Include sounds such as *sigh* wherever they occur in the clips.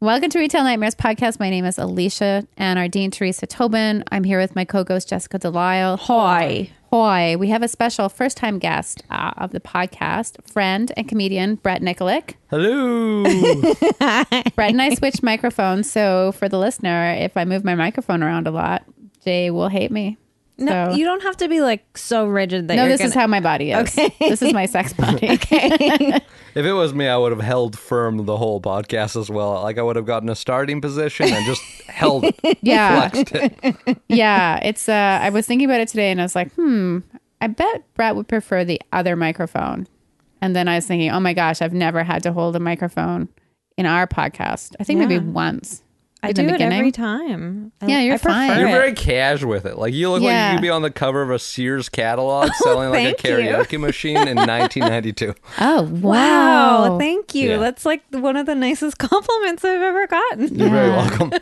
Welcome to Retail Nightmares podcast. My name is Alicia and our Dean Teresa Tobin. I'm here with my co-ghost Jessica Delisle. Hi. Hoy, we have a special first-time guest uh, of the podcast, friend and comedian Brett *laughs* Nikolic. Hello. Brett and I switched microphones, so for the listener, if I move my microphone around a lot, they will hate me. No, So- you don't have to be like so rigid that No, you're this is gonna- how my body is. Okay. This is my *laughs* sex body. if it was me, I would have held firm the whole podcast as well. Like I would have gotten a starting position and just held it, *laughs* Yeah. flexed it. yeah, it's. Uh, I was thinking about it today, and I was like, hmm, I bet Brett would prefer the other microphone. And then I was thinking, oh my gosh, I've never had to hold a microphone in our podcast. I think maybe Yeah. once. I in the do it beginning. every time. I- Yeah, you're I prefer fine. You're it. very cash with it. Like you look like Yeah. you could be on the cover of a Sears catalog selling like a thank you. karaoke machine in 1992. Oh Wow, wow! thank you. Yeah. That's like one of the nicest *laughs* compliments I've ever gotten. You're very Yeah. welcome.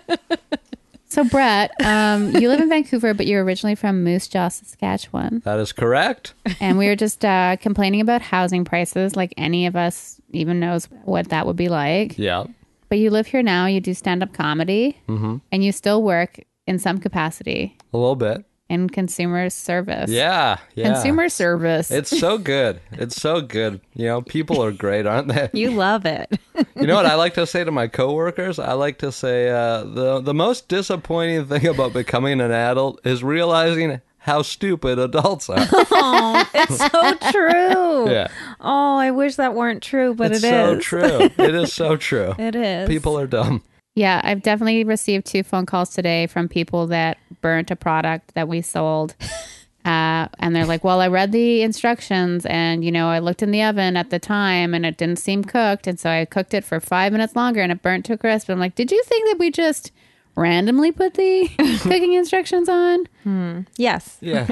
so Brett, um, you live in *laughs* Vancouver, but you're originally from Moose Jaw, Saskatchewan, That is correct. and we were just uh, complaining about housing prices. Like any of us even knows what that would be like. Yeah. But you live here now. You do stand up comedy, Mm-hmm. and you still work in some capacity A little bit. in consumer service. Yeah. Yeah. consumer service. It's so good. It's so good. You know, people are great, aren't they? You love it. *laughs* You know what I like to say to my coworkers? I like to say uh, the the most disappointing thing about becoming an adult is realizing how stupid adults are. Oh, it's so true. *laughs* Yeah. Oh, I wish that weren't true, *laughs* but it's it so is. true. It is so true. *laughs* It is. People are dumb. yeah, I've definitely received two phone calls today from people that burnt a product that we sold. *laughs* Uh, and they're like, well, I read the instructions and, you know, I looked in the oven at the time and it didn't seem cooked. And so I cooked it for five minutes longer and it burnt to a crisp. I'm like, did you think that we just randomly put the *laughs* cooking instructions on? Yes. *laughs* Yeah.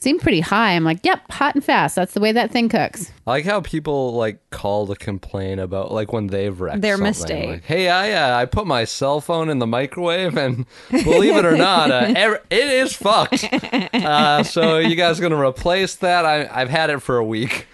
Seemed pretty high. I'm like, yep, hot and fast. That's the way that thing cooks. I like how people like call to complain about like when they've wrecked Their something. mistake. Like, hey, I uh, I put my cell phone in the microwave, and *laughs* believe it or not, *laughs* uh, ev- it is fucked. Uh, so you guys gonna replace that? I, I've had it for a week.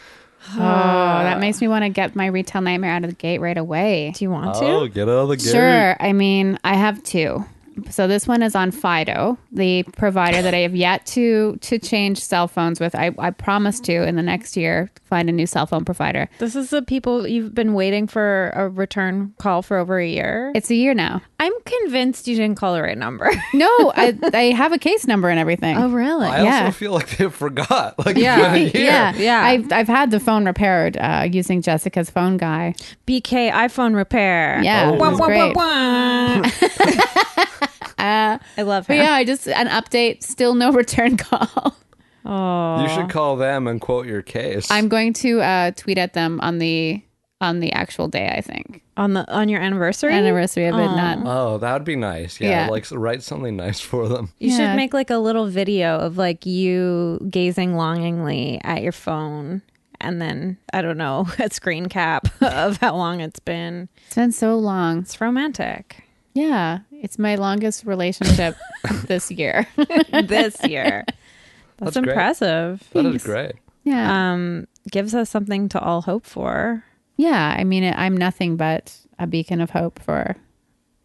Oh, that makes me want to get my retail nightmare out of the gate right away. Do you want Oh, to? get out of the gate. Sure. I mean, I have two. So this one is on Fido, the provider that I have yet to to change cell phones with. I, I promise to in the next year find a new cell phone provider. This is the people you've been waiting for a return call for over a year. It's a year now. I'm convinced you didn't call the right number. *laughs* No, *laughs* I I have a case number and everything. Oh, really? I Yeah. *laughs* also feel like they forgot. Like Yeah. it's been a year. Yeah, Yeah. I've I've had the phone repaired uh, using Jessica's phone guy. BK iPhone Oh, repair. Yeah, Wah, it's wah, wah, great. *laughs* wah. I love But him. yeah, I just an update. Still no *laughs* return call. Oh. You should call them and quote your case. I'm going to uh, tweet at them on the on the actual day. I think on the on your anniversary. anniversary of it not. Oh, that would be nice. Yeah, Yeah. like write something nice for them. You Yeah. should make like a little video of like you gazing longingly at your phone and then I don't know, *laughs* a screen cap of how long it's been. It's been so long. It's romantic. Yeah, it's my longest relationship *laughs* this year. *laughs* this *laughs* year. That's, That's great. impressive. That is great. yeah, Um gives us something to all hope for. yeah. I mean, I'm nothing but a beacon of hope for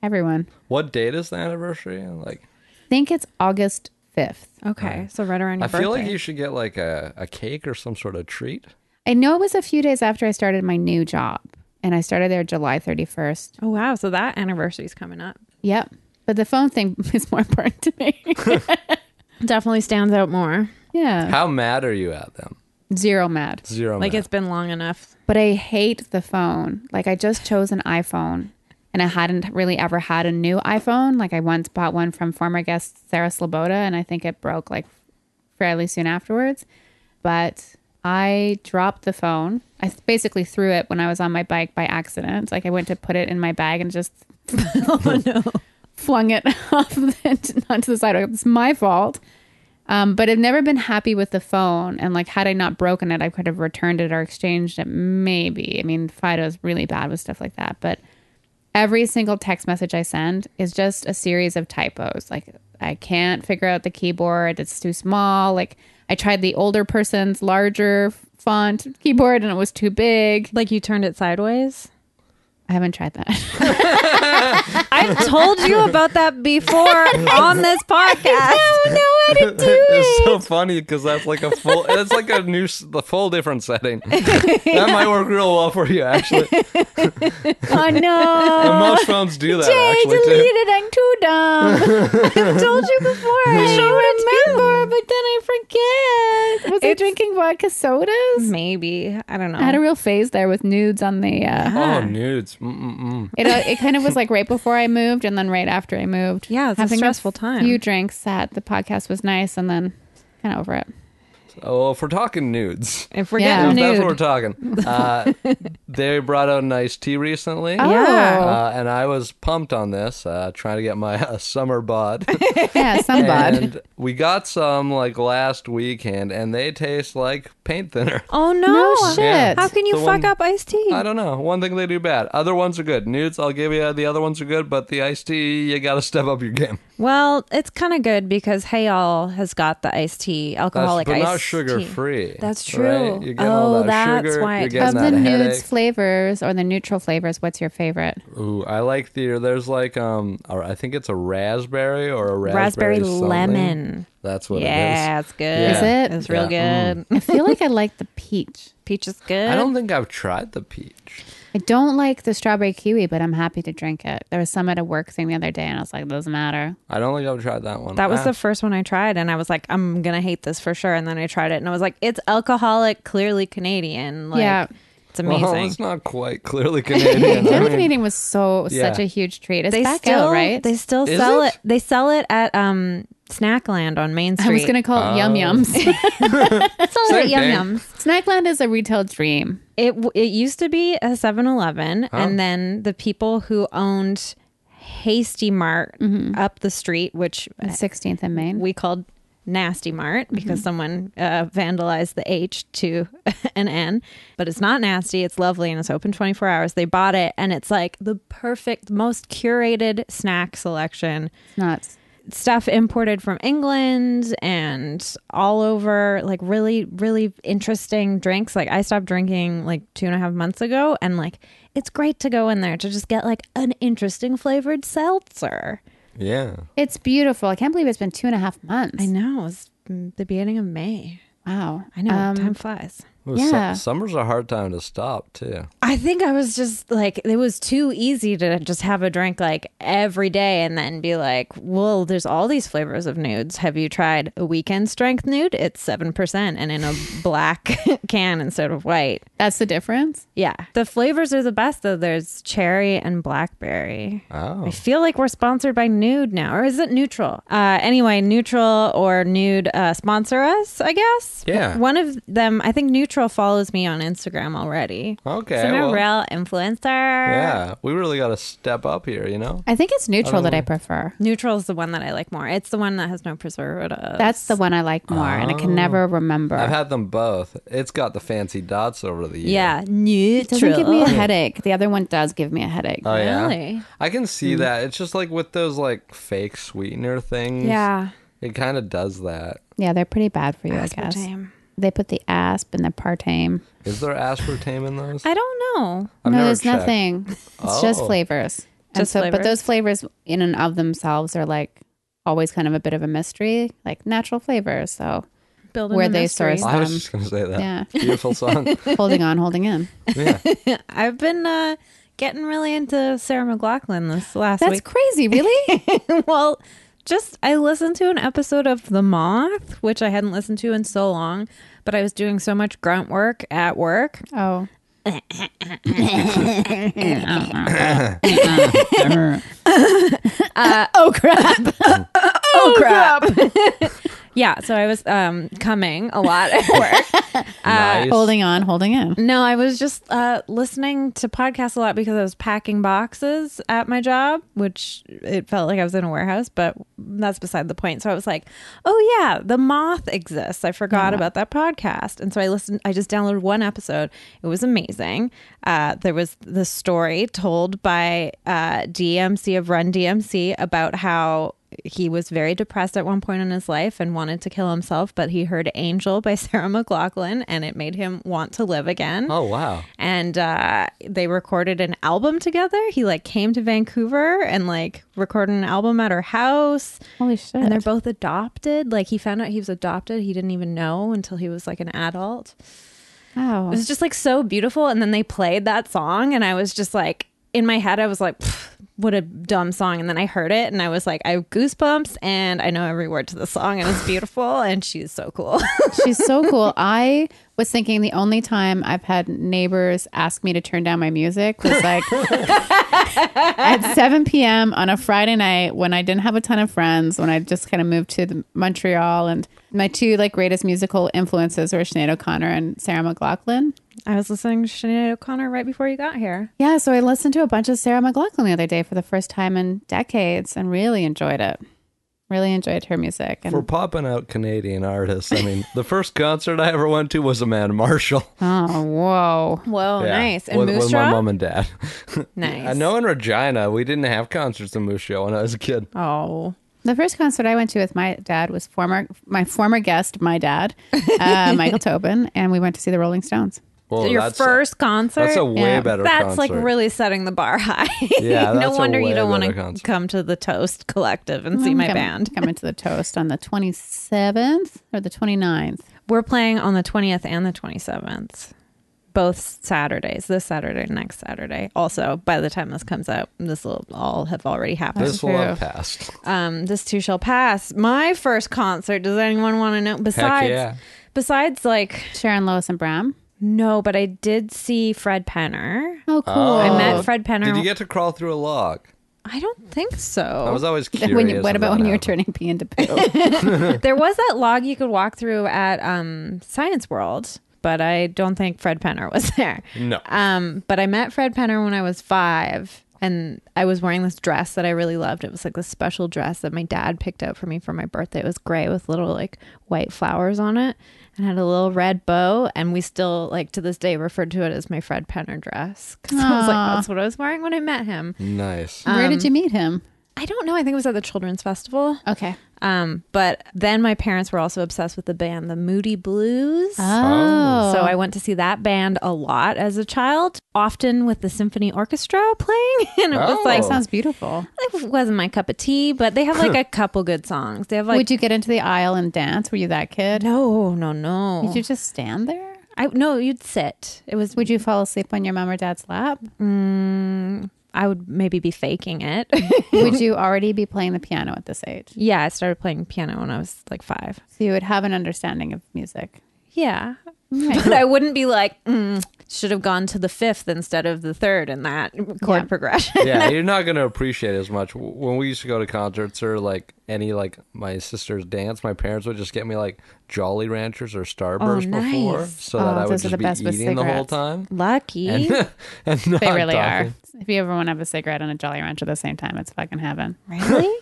everyone. What date is the anniversary? Like, I think it's August fifth. Okay. so right around your I birthday. feel like you should get like a, a cake or some sort of treat. I know it was a few days after I started my new job, and I started there July 31st. Oh wow, so that anniversary's coming up. Yep. But the phone thing *laughs* is more important to me. *laughs* Definitely stands out more. yeah. How mad are you at them? Zero mad. Zero. Like mad. *laughs* it's been long enough. but I hate the phone. Like I just chose an iPhone and I hadn't really ever had a new iPhone. Like I once bought one from former guest Sarah Sloboda and I think it broke like fairly soon afterwards. But I dropped the phone. I basically threw it when I was on my bike by accident. Like I went to put it in my bag and just *laughs* flung it *laughs* off the, onto the sidewalk. It's my fault. Um, but I've never been happy with the phone. And like, had I not broken it, I could have returned it or exchanged it. Maybe. I mean, Fido's really bad with stuff like that. But every single text message I send is just a series of typos. Like, I can't figure out the keyboard. It's too small. Like, I tried the older person's larger font keyboard and it was too big. Like you turned it sideways. I haven't tried that. I've told you about that before on this podcast. I *laughs* don't know how to do It's so funny because that's like a full. That's like a new, s- the full different setting. That might work real well for you, actually. *laughs* oh no. And most phones do that, Jay actually. Too. deleted. I'm too *laughs* dumb. I've told you before. I I remember, but then I forget. Was I It's- drinking vodka sodas? Maybe. I don't know. I had a real phase there with nudes on the. Uh, Oh, nudes. mm, Mm-mm-mm. it uh, it kind of *laughs* was like right before I moved, and then right after I moved. Yeah, it's a Having stressful time. Few drinks at the podcast was nice, and then kind of over it. Oh, if we're talking nudes. if we're Yeah. If getting that's what we're nude. talking. *laughs* Uh, they brought out an iced tea recently. Oh. Yeah. Uh, and I was pumped on this, uh, trying to get my *laughs* uh, summer *laughs* bod. *laughs* Oh, yeah, some bud. and we got some like last weekend, and they taste like paint thinner. *laughs* Oh no. No shit. Yeah. How can you The fuck one- up iced tea? I don't know. One thing they do bad. Other ones are good. Nudes, I'll give you. The other ones are good, but the iced tea, you got to step up your game. Well, it's kind of good because Hey All has got the iced tea, That's, alcoholic but iced not sugar tea. free. That's Right? true. You're getting all Oh, that that's sugar. why You're it Of getting the that headache. nudes flavors or the neutral flavors, what's your favorite? Ooh, I like the. There's like um, or I think it's a raspberry or a raspberry, Raspberry something. lemon. That's what it yeah, is. it's good. Is it? It's real Yeah, Mm. good. I feel like I like the peach. *laughs* Peach is good. I don't think I've tried the peach. I don't like the strawberry kiwi, but I'm happy to drink it. There was some at a work thing the other day, and I was like, doesn't matter. I don't think I've tried that one. That was Ah. the first one I tried, and I was like, I'm gonna hate this for sure. And then I tried it, and I was like, it's alcoholic, clearly Canadian. Like, Yeah. it's *laughs* amazing. Well, it's not quite clearly *laughs* Canadian. I Clearly, mean, Canadian was so yeah. such a huge treat. It's they back still, out, right? They still Is sell it? it? They sell it at um Snackland on Main Street. I was gonna call it Oh. Yum *laughs* Yums. sell Same it at thing. Yum *laughs* Yums. Snackland is a retail dream. It w- it used to be a 7-Eleven, and then the people who owned Hasty Mart Mm-hmm. up the street, which Sixteenth and Main. we called Nasty Mart because someone uh, vandalized the H to *laughs* an N, but it's not nasty. It's lovely and it's open 24 hours. They bought it and it's like the perfect, most curated snack selection. It's nuts. Stuff imported from England and all over, like really, really interesting drinks. Like I stopped drinking like two and a half months ago and like it's great to go in there to just get like an interesting flavored seltzer. yeah. It's beautiful. I can't believe it's been two and a half months. I know. It's the beginning of May. Wow. I know Um, time flies. Ooh, su- Yeah. summer's a hard time to stop too. I think I was just like it was too easy to just have a drink like every day and then be like, "Well, there's all these flavors of nudes. Have you tried a weekend strength nude? It's 7% and *laughs* in a black can instead of white." That's the difference. Yeah. The flavors are the best though. There's cherry and blackberry. Oh, I feel like we're sponsored by Nude now, or is it Neutral? Uh, anyway, Neutral or Nude uh, sponsor us, I guess. Yeah. One of them, I think Neutral follows me on Instagram already. okay. so I'm a well, real influencer. yeah, we really got to step up here, you know. I think it's neutral that I prefer. Neutral is the one that I like more. It's the one that has no preservative. That's the one I like more, and I can never remember. Oh. I've had them both. It's got the fancy dots over the years. yeah, it doesn't neutral. give me a headache. The other one does give me a headache. Oh yeah. Really? Mm. I can see that. It's just like with those like fake sweetener things. yeah. It kind of does that. Yeah, they're pretty bad for you, I guess. Aspartame. They put the asp and the partame. Is there aspartame in those? I don't know. I've no, never there's checked. nothing. It's just Oh. flavors. And Just so, but flavors? those flavors in and of themselves are like always kind of a bit of a mystery, like natural flavors. So Building Where the they mystery. source- *laughs* I was Um, just gonna say that. yeah. *laughs* Beautiful song. holding on, holding in. yeah. I've been uh, getting really into Sarah McLaughlin this *laughs* last That's week. crazy, really. well, just I listened to an episode of The Moth, which I hadn't listened to in so long, but I was doing so much grunt work at work. *laughs* oh, oh crap. oh crap. *laughs* yeah, so I was um coming a lot at work. nice. Uh, holding on, holding in. *laughs* No, I was just uh listening to podcasts a lot because I was packing boxes at my job, which it felt like I was in a warehouse, but that's beside the point. So I was like, "Oh yeah, The Moth exists. I forgot about that podcast." And so I listened I just downloaded one episode. It was amazing. Uh there was the story told by uh DMC of Run DMC about how he was very depressed at one point in his life and wanted to kill himself, but he heard Angel by *laughs* Sarah McLaughlin and it made him want to live again. Oh wow. And uh, they recorded an album together. He like came to Vancouver and like recorded an album at her house. Holy shit. And they're both adopted. Like he found out he was adopted. He didn't even know until he was like an adult. wow. It was just like so beautiful. And then they played that song, and I was just like, in my head, I was like, "Pff, what a dumb song. And then I heard it, and I was like, I have goosebumps, and I know every word to the song, and it's beautiful, *laughs* and she's so cool. *laughs* She's so cool. I was thinking the only time I've had neighbors ask me to turn down my music was like at 7 p.m. on a Friday night when I didn't have a ton of friends, when I just kind of moved to the, Montreal. And my two like greatest musical influences were Sinead O'Connor and Sarah McLaughlin. I was listening to Sinead O'Connor right before you got here. Yeah, so I listened to a bunch of Sarah McLaughlin the other day for the first time in decades and really enjoyed it. Really enjoyed her music. And We're popping out Canadian artists. I mean, the first concert I ever went to was a *laughs* man Marshall. oh, whoa. Whoa, Yeah. nice. And with, Moose with my Jaw? mom and dad. Nice. I know in Regina we didn't have concerts in Moose Jaw when I was a kid. Oh. The first concert I went to with my dad was former my former guest, my dad, *laughs* uh, Michael Tobin, and we went to see the Rolling Stones. Well, Your Oh, that's first concert? that's a way Yeah. better. That's like concert. really setting the bar high. Yeah, *laughs* no that's a wonder way you don't want better to concert. come to the Toast Collective and see my Coming- band. coming to the toast on the 27th or the 29th. We're playing on the 20th and the 27th, both Saturdays, this Saturday and next Saturday. Also, by the time this comes out, this will all have already happened. This will have true. passed. um, this too shall pass. My first concert, does anyone want to know? Besides, yeah. besides, like, Sharon Lois and Bram. no, but I did see Fred Penner. Oh, cool. I met Fred Penner. Did you get to crawl through a log? I don't think I so. was *laughs* always *laughs* When curious. you- what if about that when you were happened. turning pee into *laughs* poo? there was that log you could walk through at um, Science World, but I don't think Fred Penner was *laughs* there. No. Um, but I met Fred Penner when I was five, and I was wearing this dress that I really loved. It was like this special dress that my dad picked out for me for my birthday. It was gray with little like white flowers on it, and had a little red bow. And we still like to this day refer to it as my Fred Penner dress because I was like, Aw. that's what I was wearing when I met him. Nice. Where Um, did you meet him? I don't know. I think it was at the Children's Festival. Okay. Um, but then my parents were also obsessed with the band The Moody Blues. Oh. So I went to see that band a lot as a child, often with the symphony orchestra playing, *laughs* and it was Oh. like sounds beautiful. it wasn't my cup of tea. But they have like a couple good songs. They have like Would you get into the aisle and dance? Were you that kid? no, no, no. Did you just stand there? I no, you'd sit. It was. Would you fall asleep on your mom or dad's *laughs* lap? I would maybe be *laughs* faking it. *laughs* Would you already be playing the piano at this age? yeah, I started playing piano when I was like five. So you would have an understanding of music. Yeah. But I wouldn't be like, mm, should have gone to the fifth instead of the third in that Yeah. chord progression. *laughs* *laughs* yeah, you're not going to appreciate it as much. W- When we used to go to concerts or like any like my sister's dance, my parents would just get me like Jolly Ranchers or Starburst nice. before, so Oh, that I would those are just the be best with eating the whole cigarettes. time. Lucky. And, *laughs* and not They really talking. are. If you ever want to have a cigarette and a Jolly Rancher at the same time, it's fucking heaven. *laughs* really?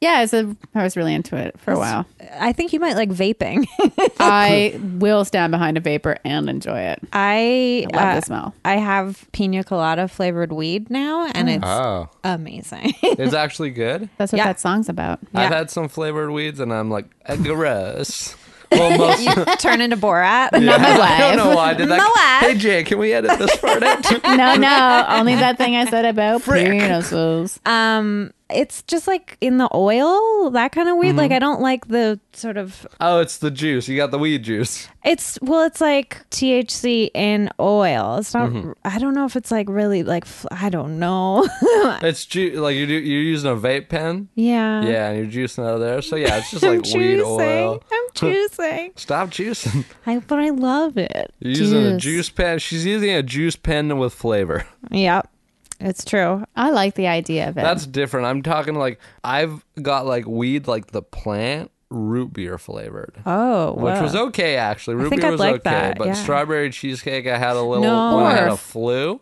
Yeah, it's a, I was really into it for a while. I think you might like vaping. *laughs* I will stand behind a vapor and enjoy it. I, I love uh, the smell. I have pina colada flavored weed now, and it's Oh, amazing. *laughs* *laughs* it's actually good. That's what Yeah. that song's about. I've Yeah. had some flavored weeds, and I'm like *laughs* eh, gross. Well, most. *laughs* Turn into Borat. I don't wife. know why *laughs* I did that. My wife. Hey, Jay, can we edit this part out? No, no, only that thing I said *laughs* about penises. Um, it's just like in the oil, that kind of weed. Mm-hmm. Like I don't like the sort of. Oh, it's the juice. You got the weed juice. It's well, it's like THC in oil. It's not. Mm-hmm. I don't know if it's like really like. f- I don't know. *laughs* It's ju- like you do, you're using a vape pen. yeah. Uh-huh. Yeah, and you're juicing out of there. So yeah, it's just *laughs* *laughs* I'm like weed juicing. oil. *laughs* *laughs* I'm juicing. *laughs* Stop juicing. I, but I love it. You're using a Juice. juice pen. She's using a juice pen with flavor. Yep. It's true. I like the idea of it. That's different. I'm talking like I've got like weed like the plant root beer flavored. Oh, Which whoa. was okay actually. Root think beer I'd was like okay, that, but yeah. strawberry cheesecake I had a little No. when I had a Barf. *laughs* flu.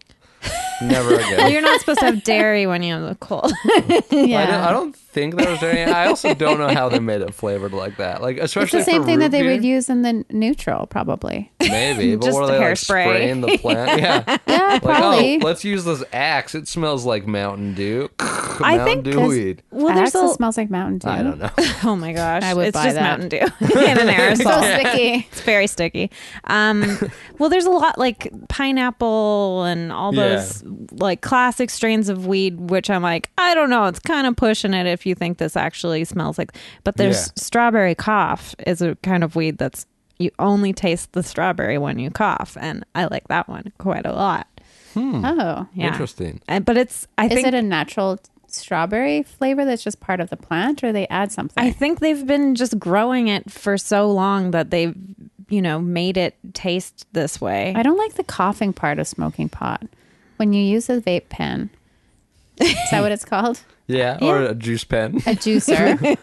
Never Well, again. you're not supposed to have dairy when you have *laughs* a cold. yeah. I don't, I don't think there was any. I also don't know how they made it flavored like that. Like it's especially the same for thing root that they beer. would use in the neutral, probably. Maybe, but Just what are they like, hairspray. spraying the plant? Yeah, Yeah, like probably. oh, let's use this axe. It smells like Mountain Dew. I Mountain think Dew 'cause- weed. well, Alexa there's a smells like Mountain Dew. I don't know. *laughs* oh my gosh, I would it's buy just that. Mountain *laughs* Dew in an So *laughs* aerosol. sticky. It's very sticky. *laughs* Um, well, there's a lot like pineapple and all Yeah. those like classic strains of weed, which I'm like, I don't know. It's kind of pushing it if you think this actually smells like. But there's Yeah. strawberry cough is a kind of weed that's you only taste the strawberry when you cough, and I like that one quite a lot. Hmm. Oh. Yeah, Interesting. And, but it's I Is think it a natural strawberry flavor that's just part of the plant or they add something? I think they've been just growing it for so long that they've, you know, made it taste this way. *laughs* I don't like the coughing part of smoking pot. When you use a vape pen, is that what it's called? Yeah, or a juice *laughs* pen. A *laughs* juicer.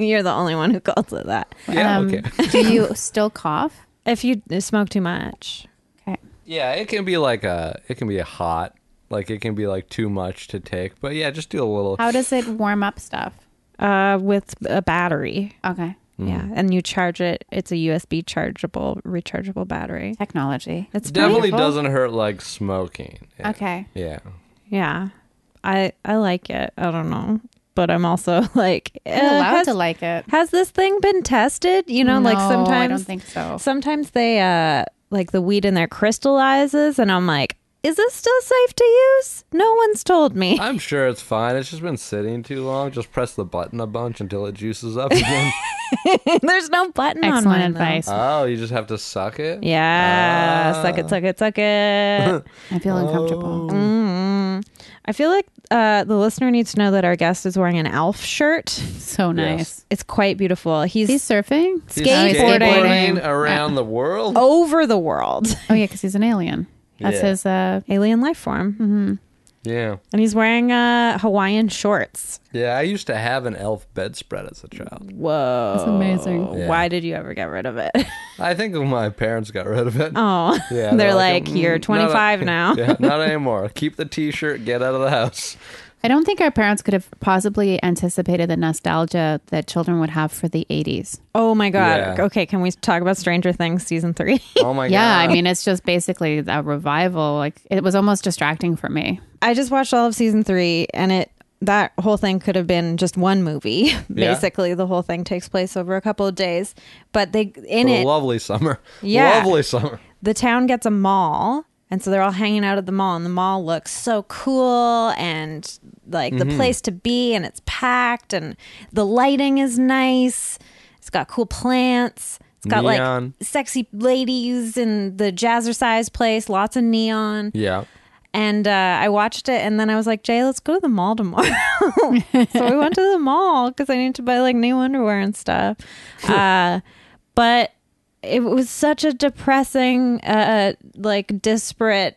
You're the only one who calls it that. yeah, okay. Um, Do you still cough? If you smoke too much. Okay. Yeah, it can be like a it can be a hot, like it can be like too much to take. But yeah, just do a little. How does it warm up stuff? Uh, with a battery. Okay. Yeah. And you charge it. It's a USB chargeable, rechargeable battery. Technology. It's Definitely pretty cool. doesn't hurt like smoking. Yeah. Okay. Yeah. Yeah. I, I like it. I don't know. But I'm also *laughs* like, eh, I'm allowed has, to like it. has this thing been tested? You know, like No, sometimes Uh, I don't think so. sometimes they uh like the weed in there crystallizes and i'm like is this still safe to use no one's told me I'm sure it's fine. It's just been sitting too long. Just press the button a bunch until it juices up again. *laughs* there's no button on Excellent mine though. advice. oh, you just have to suck it. yeah Ah. suck it suck it suck it Mm-hmm. I feel uncomfortable. i feel like uh the listener needs to know that our guest is wearing an elf shirt So nice. it's quite beautiful he's, He's surfing? He's Skateboarding. skateboarding around the world. over the world *laughs* Oh, yeah, because he's an alien. That's Yeah. his uh, alien life form Yeah. and he's wearing uh hawaiian shorts Yeah, I used to have an elf bedspread as a child. whoa That's amazing. Yeah. why did you ever get rid of it *laughs* I think my parents got rid of it. oh Yeah, they're, like, "Mm, you're not a- *laughs* 25 now yeah, not anymore. Keep the T-shirt. Get out of the house. I don't think our parents could have possibly anticipated the nostalgia that children would have for the 80s. Oh my god. Yeah. Okay, can we talk about Stranger Things season 3? Oh my Yeah, god. I mean, it's just basically a revival. Like, it was almost distracting for me. *laughs* I just watched all of season 3 and it that whole thing could have been just one movie. *laughs* Basically, the whole thing takes place over a couple of days, but they in What a it lovely summer. Yeah. Lovely summer. the town gets a mall and so they're all hanging out at the mall and the mall looks so cool and like Mm-hmm. the place to be and it's packed and the lighting is nice it's got cool plants it's got Neon. like sexy ladies and the jazzercise place lots of neon Yeah. and uh, i watched it and then i was like jay let's go to the mall tomorrow *laughs* so we went to the mall because i need to buy like new underwear and stuff uh, but it was such a depressing uh like disparate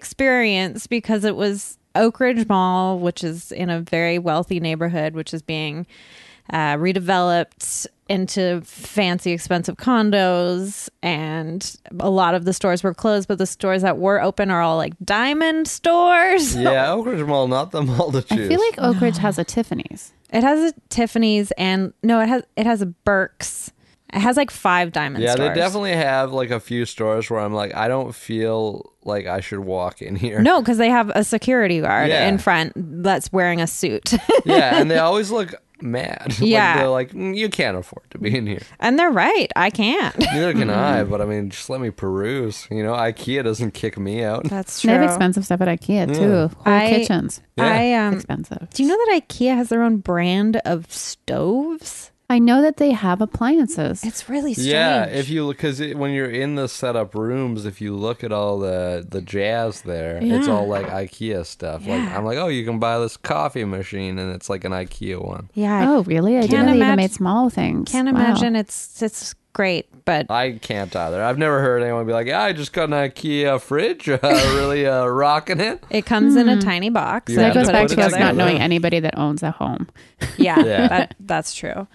experience because it was Oak Ridge Mall which is in a very wealthy neighborhood which is being uh, redeveloped into fancy expensive condos and a lot of the stores were closed but the stores that were open are all like diamond stores Yeah. Oak Ridge Mall, not the mall to choose. I feel like Oak Ridge has a Tiffany's. it has a Tiffany's and no it has it has a Burke's it has like five diamond yeah, stores they definitely have like a few stores where I'm like, I don't feel like I should walk in here. No, because they have a security guard Yeah. in front that's wearing a suit, *laughs* Yeah, and they always look mad. *laughs* Like, Yeah. they're like, "Mm, you can't afford to be in here. and they're right. I can't. Neither can I. Hmm. But I mean, just let me peruse. You know, IKEA doesn't kick me out. That's They have expensive stuff at Mm. IKEA, too. Whole I- kitchens. I um. expensive. Do you know that IKEA has their own brand of stoves? I know that they have appliances. It's really strange. Yeah, if you because when you're in the setup rooms, if you look at all the the jazz there, it's all like IKEA stuff. Like Yeah. I'm like, oh, you can buy this coffee machine, and it's like an IKEA one. yeah, I oh, really? I didn't know they imagine- even made small things. can't Wow. imagine it's it's great, but I can't either. I've never heard anyone be like, yeah, I just got an IKEA fridge, *laughs* uh, really uh, rocking it. it comes in a tiny box. You So Yeah, Hmm. that goes and put back it to us together. not knowing anybody that owns a home. Yeah, Yeah. That, that's true.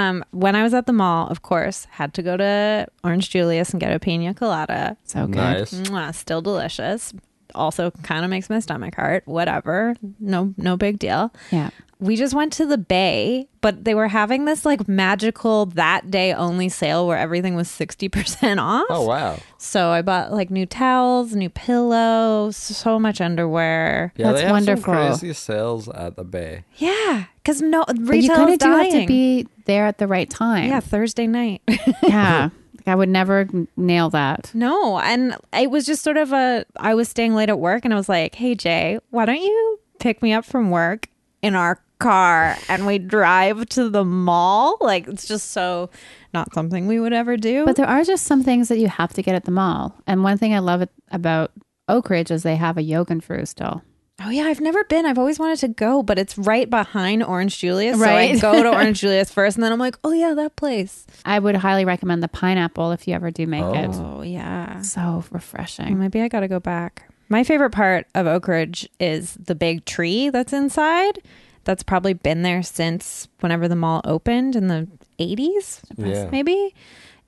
Um, when I was at the mall, of course, had to go to Orange Julius and get a pina colada. So good. Mm-hmm. Nice. Mwah, still delicious. also kind of makes my stomach hurt. Whatever. No no big deal. Yeah. We just went to the bay, but they were having this like magical that day only sale where everything was 60% *laughs* off. Oh wow. So I bought like new towels, new pillows, so much underwear. Yeah, That's they have wonderful. Some crazy sales at the Bay. Yeah, cuz no But you retail kind is of do dying. have to be there at the right time. yeah, Thursday night. *laughs* yeah. Like, I would never n- nail that. No, and it was just sort of a I was staying late at work and I was like, "Hey Jay, why don't you pick me up from work in our car and we drive to the mall?" Like it's just so not something we would ever do. But there are just some things that you have to get at the mall. And one thing I love it- about Oak Ridge is they have a Yogenfru still. oh yeah, I've never been. I've always wanted to go, but it's right behind Orange Julius. Right. Right. So I *laughs* go to Orange Julius first and then I'm like, "Oh yeah, that place." I would highly recommend the pineapple if you ever do make it. Oh Mm. yeah. So refreshing. Maybe I got to go back. My favorite part of Oak Ridge is the big tree that's inside. That's probably been there since whenever the mall opened in the 80s, Yeah. maybe.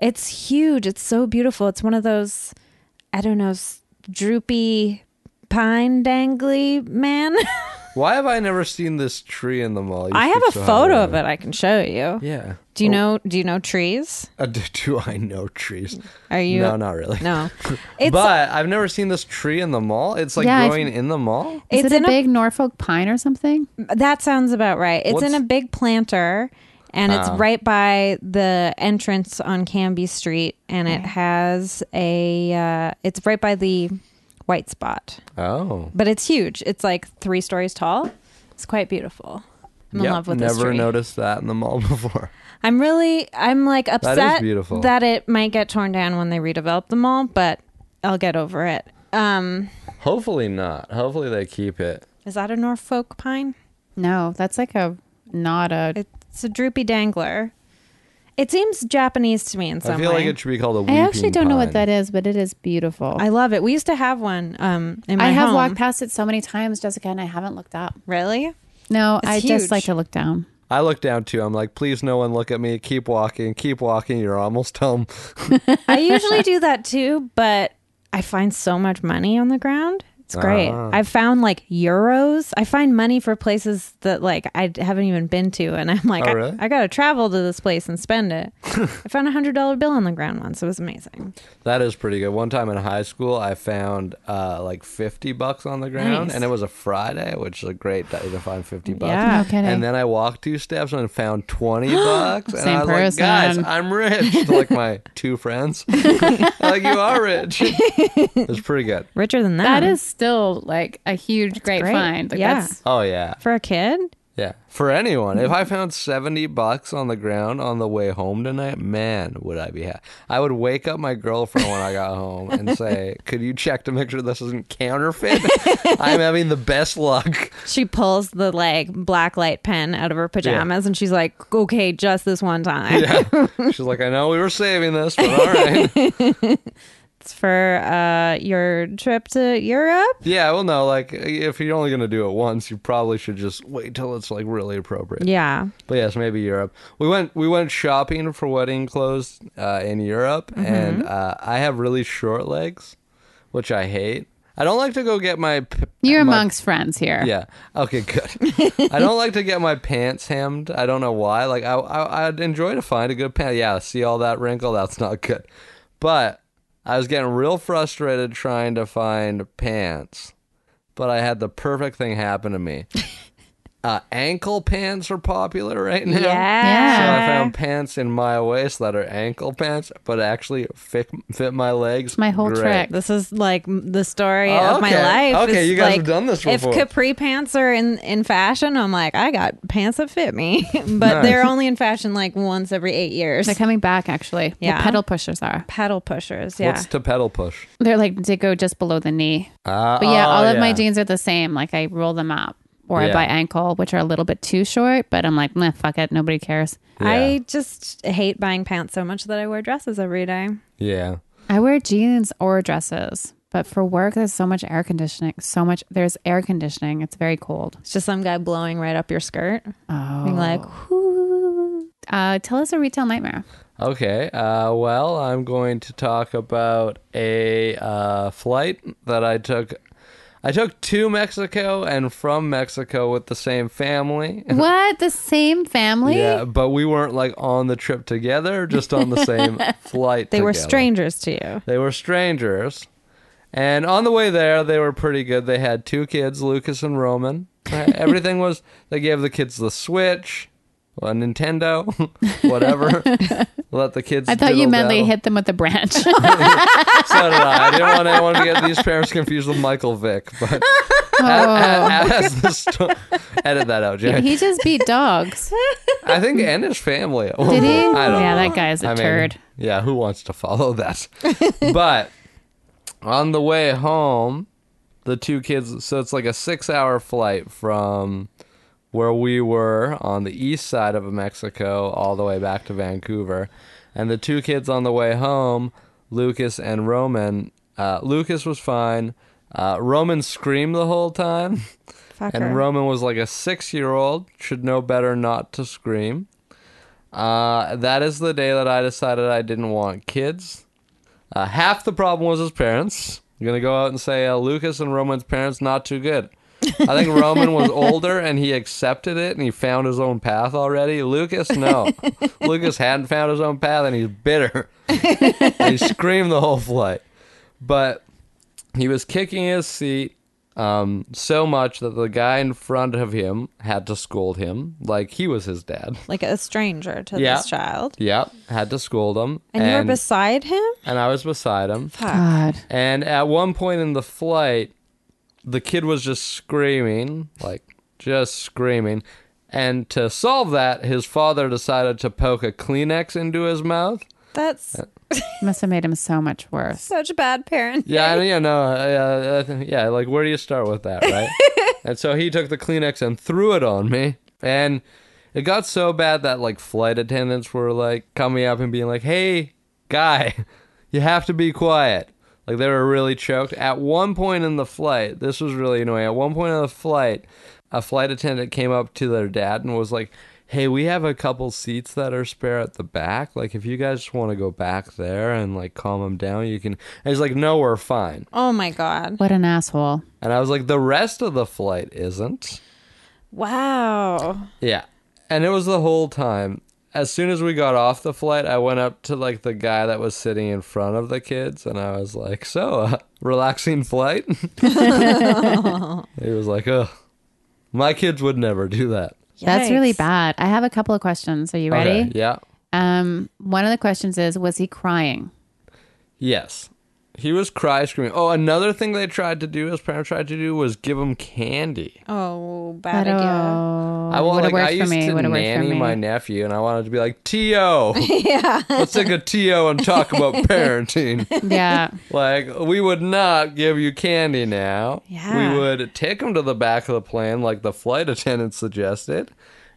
It's huge. It's so beautiful. It's one of those, I don't know, s- droopy pine dangly man. *laughs* Why have I never seen this tree in the mall? You I have speak a so photo highly of it I can show you. Yeah. Do you Oh, know do you know trees? uh, *laughs* do, do I know trees? Are you no, not really. No. *laughs* It's but I've never seen this tree in the mall. It's like Yeah, I've- growing in the mall. Is it's it in a a- big Norfolk pine or something? That sounds about right. It's in What's- a big planter and it's Ah. right by the entrance on Canby Street and it has a uh, it's right by the white spot. Oh. But it's huge. It's like 3 stories tall. It's quite beautiful. I'm in Yep, love with never this tree. noticed that in the mall *laughs* before. I'm really I'm like upset beautiful. that it might get torn down when they redevelop the mall, but I'll get over it. Um Hopefully not. Hopefully they keep it. is that a Norfolk pine? No, that's like a not a. It's a droopy dangler. It seems Japanese to me in some I feel way. like it should be called a I weeping actually don't know what pine. that is, but it is beautiful. I love it. We used to have one um, in my I have home. walked past it so many times, Jessica, and I haven't looked up. *laughs* Really? No, It's I huge. just like to look down. I look down too. I'm like, please, no one look at me. Keep walking. Keep walking. You're almost home. *laughs* *laughs* I usually do that too, but I find so much money on the ground. It's great. Ah. I've found like euros. I find money for places that like I haven't even been to, and I'm like, Oh, I- really? I, gotta travel to this place and *laughs* spend it. I found a hundred dollar bill on the ground once. It was amazing. That is pretty good. One time in high school, I found uh, like 50 bucks on the ground, Nice. and it was a Friday, which is a great day to find 50 bucks. Yeah. No kidding. And then I walked two steps and found 20 *gasps* bucks. and Same I was like, guys, person. I'm rich. To, like my *laughs* two friends. like, you *laughs* are rich. It was pretty good. Richer than that. that is still like a huge great, great. find. Like, Yeah. that's- Oh, yeah. for a kid. Yeah. For anyone, if I found 70 bucks on the ground on the way home tonight, man, would I be happy. I would wake up my girlfriend when I got home *laughs* and say, Could you check to make sure this isn't counterfeit? I'm having the best luck. She pulls the like black light pen out of her pajamas, and she's like, "Okay, just this one time." Yeah. She's like, I know we were saving this, but all right. It's for uh, your trip to Europe. Yeah, well, no, like, if you're only going to do it once, you probably should just wait till it's, like, really appropriate. Yeah. But yes, maybe Europe. We went we went shopping for wedding clothes uh, in Europe, and uh, I have really short legs, which I hate. I don't like to go get my. p- you're my- amongst friends here. *laughs* Yeah. Okay. Good. I don't like to get my pants hemmed. I don't know why. Like I, I I'd enjoy to find a good pant. Yeah. See all that wrinkle? That's not good. But I was getting real frustrated trying to find pants. But I had the perfect thing happen *laughs* to me. Uh, ankle pants are popular right now. So I found pants in my waist that are ankle pants, but actually fit, fit my legs. my whole trick. This is like m- the story Oh, of my okay. life. Okay, It's you guys have like, done this before. If capri pants are in, in fashion, I'm like, I got pants that fit me, *laughs* but Nice. they're only in fashion like once every eight years. They're coming back actually. Yeah. The pedal pushers are. pedal pushers, yeah. What's to pedal push? They're like they go just below the knee. Uh, But yeah, oh, all of my yeah. jeans are the same. Like I roll them up or I Yeah. buy ankle, which are a little bit too short, but I'm like, nah, fuck it. Nobody cares. Yeah. I just hate buying pants so much that I wear dresses every day. Yeah. I wear jeans or dresses, but for work, there's so much air conditioning. So much. There's air conditioning. It's very cold. It's just some guy blowing right up your skirt, Oh. being like, "Whoo." uh, tell us a retail *laughs* nightmare. Okay. Uh, well, I'm going to talk about a uh, flight that I took I took to Mexico and from Mexico with the same family. *laughs* What? The same family? Yeah, but we weren't like on the trip together, just on *laughs* the same flight. They were together. strangers to you. They were strangers. And on the way there, they were pretty good. They had two kids, Lucas and Roman. Uh, *laughs* Everything was, they gave the kids the Switch, a Nintendo, *laughs* *laughs* whatever. Let the kids. I thought you meant they diddle-daddle. hit them with the *laughs* branch. *laughs* So did I. I didn't want anyone to get these parents confused with Michael Vick. *laughs* But Oh. as, as the sto- edit that out, Jay. he just beat dogs. I think and his family. Did Did *laughs* he? I don't yeah, know. that guy's a I mean, turd. yeah, who wants to follow that? *laughs* but on the way home, the two kids. So it's like a six-hour flight from where we were on the east side of Mexico all the way back to Vancouver, and the two kids on the way home, Lucas and Roman. Uh, Lucas was fine. Uh, Roman screamed the whole time. *laughs* Fucker. And Roman was like a six year old, should know better not to scream. Uh, that is the day that I decided I didn't want kids. Uh, half the problem was his parents. I'm going to go out and say uh, Lucas and Roman's parents, not too good. I think Roman was older and he accepted it and he found his own path already. Lucas, no. Lucas hadn't found his own path and he's bitter. he screamed the whole flight. But he was kicking his seat um, so much that the guy in front of him had to scold him like he was his dad. *laughs* like a stranger to Yeah. this child. Yep, had to scold him. And, you were beside him? and I was beside him. Fuck. God. And at one point in the flight, the kid was just screaming, like just screaming. And to solve that, his father decided to poke a Kleenex into his mouth. That's Must have made him so much worse. such a bad parent. Yeah, I, you know, yeah, I think- yeah. Like, where do you start with that, right? *laughs* and so he took the Kleenex and threw it on me, and it got so bad that like flight attendants were like coming up and being like, "Hey, guy, *laughs* you have to be quiet." Like they were really choked. At one point in the flight, this was really annoying. At one point in the flight, a flight attendant came up to their dad and was like, "Hey, we have a couple seats that are spare at the back. Like, if you guys want to go back there and like calm them down, you can." And he's like, "No, we're fine." Oh my god. What an asshole. And I was like, "The rest of the flight isn't." Wow. Yeah. And it was the whole time. As soon as we got off the flight, I went up to like the guy that was sitting in front of the kids and I was like, "So, uh, *laughs* relaxing flight?" he was like, "Ugh. My kids would never do that." That's really Yikes. bad. I have a couple of questions. Are you ready? Okay, yeah. Um, one of the questions is, was he crying? Yes. He was cry screaming. Oh, another thing they tried to do, his parents tried to do, was give him candy. Oh, bad But, idea. oh, I want would've like I worked for used me. to would've worked for nanny me. my nephew, and I wanted to be like Tio. yeah, let's take a Tio and *laughs* talk about parenting. *laughs* yeah. *laughs* Like we would not give you candy now. Yeah. we would take him to the back of the plane, like the flight attendant suggested,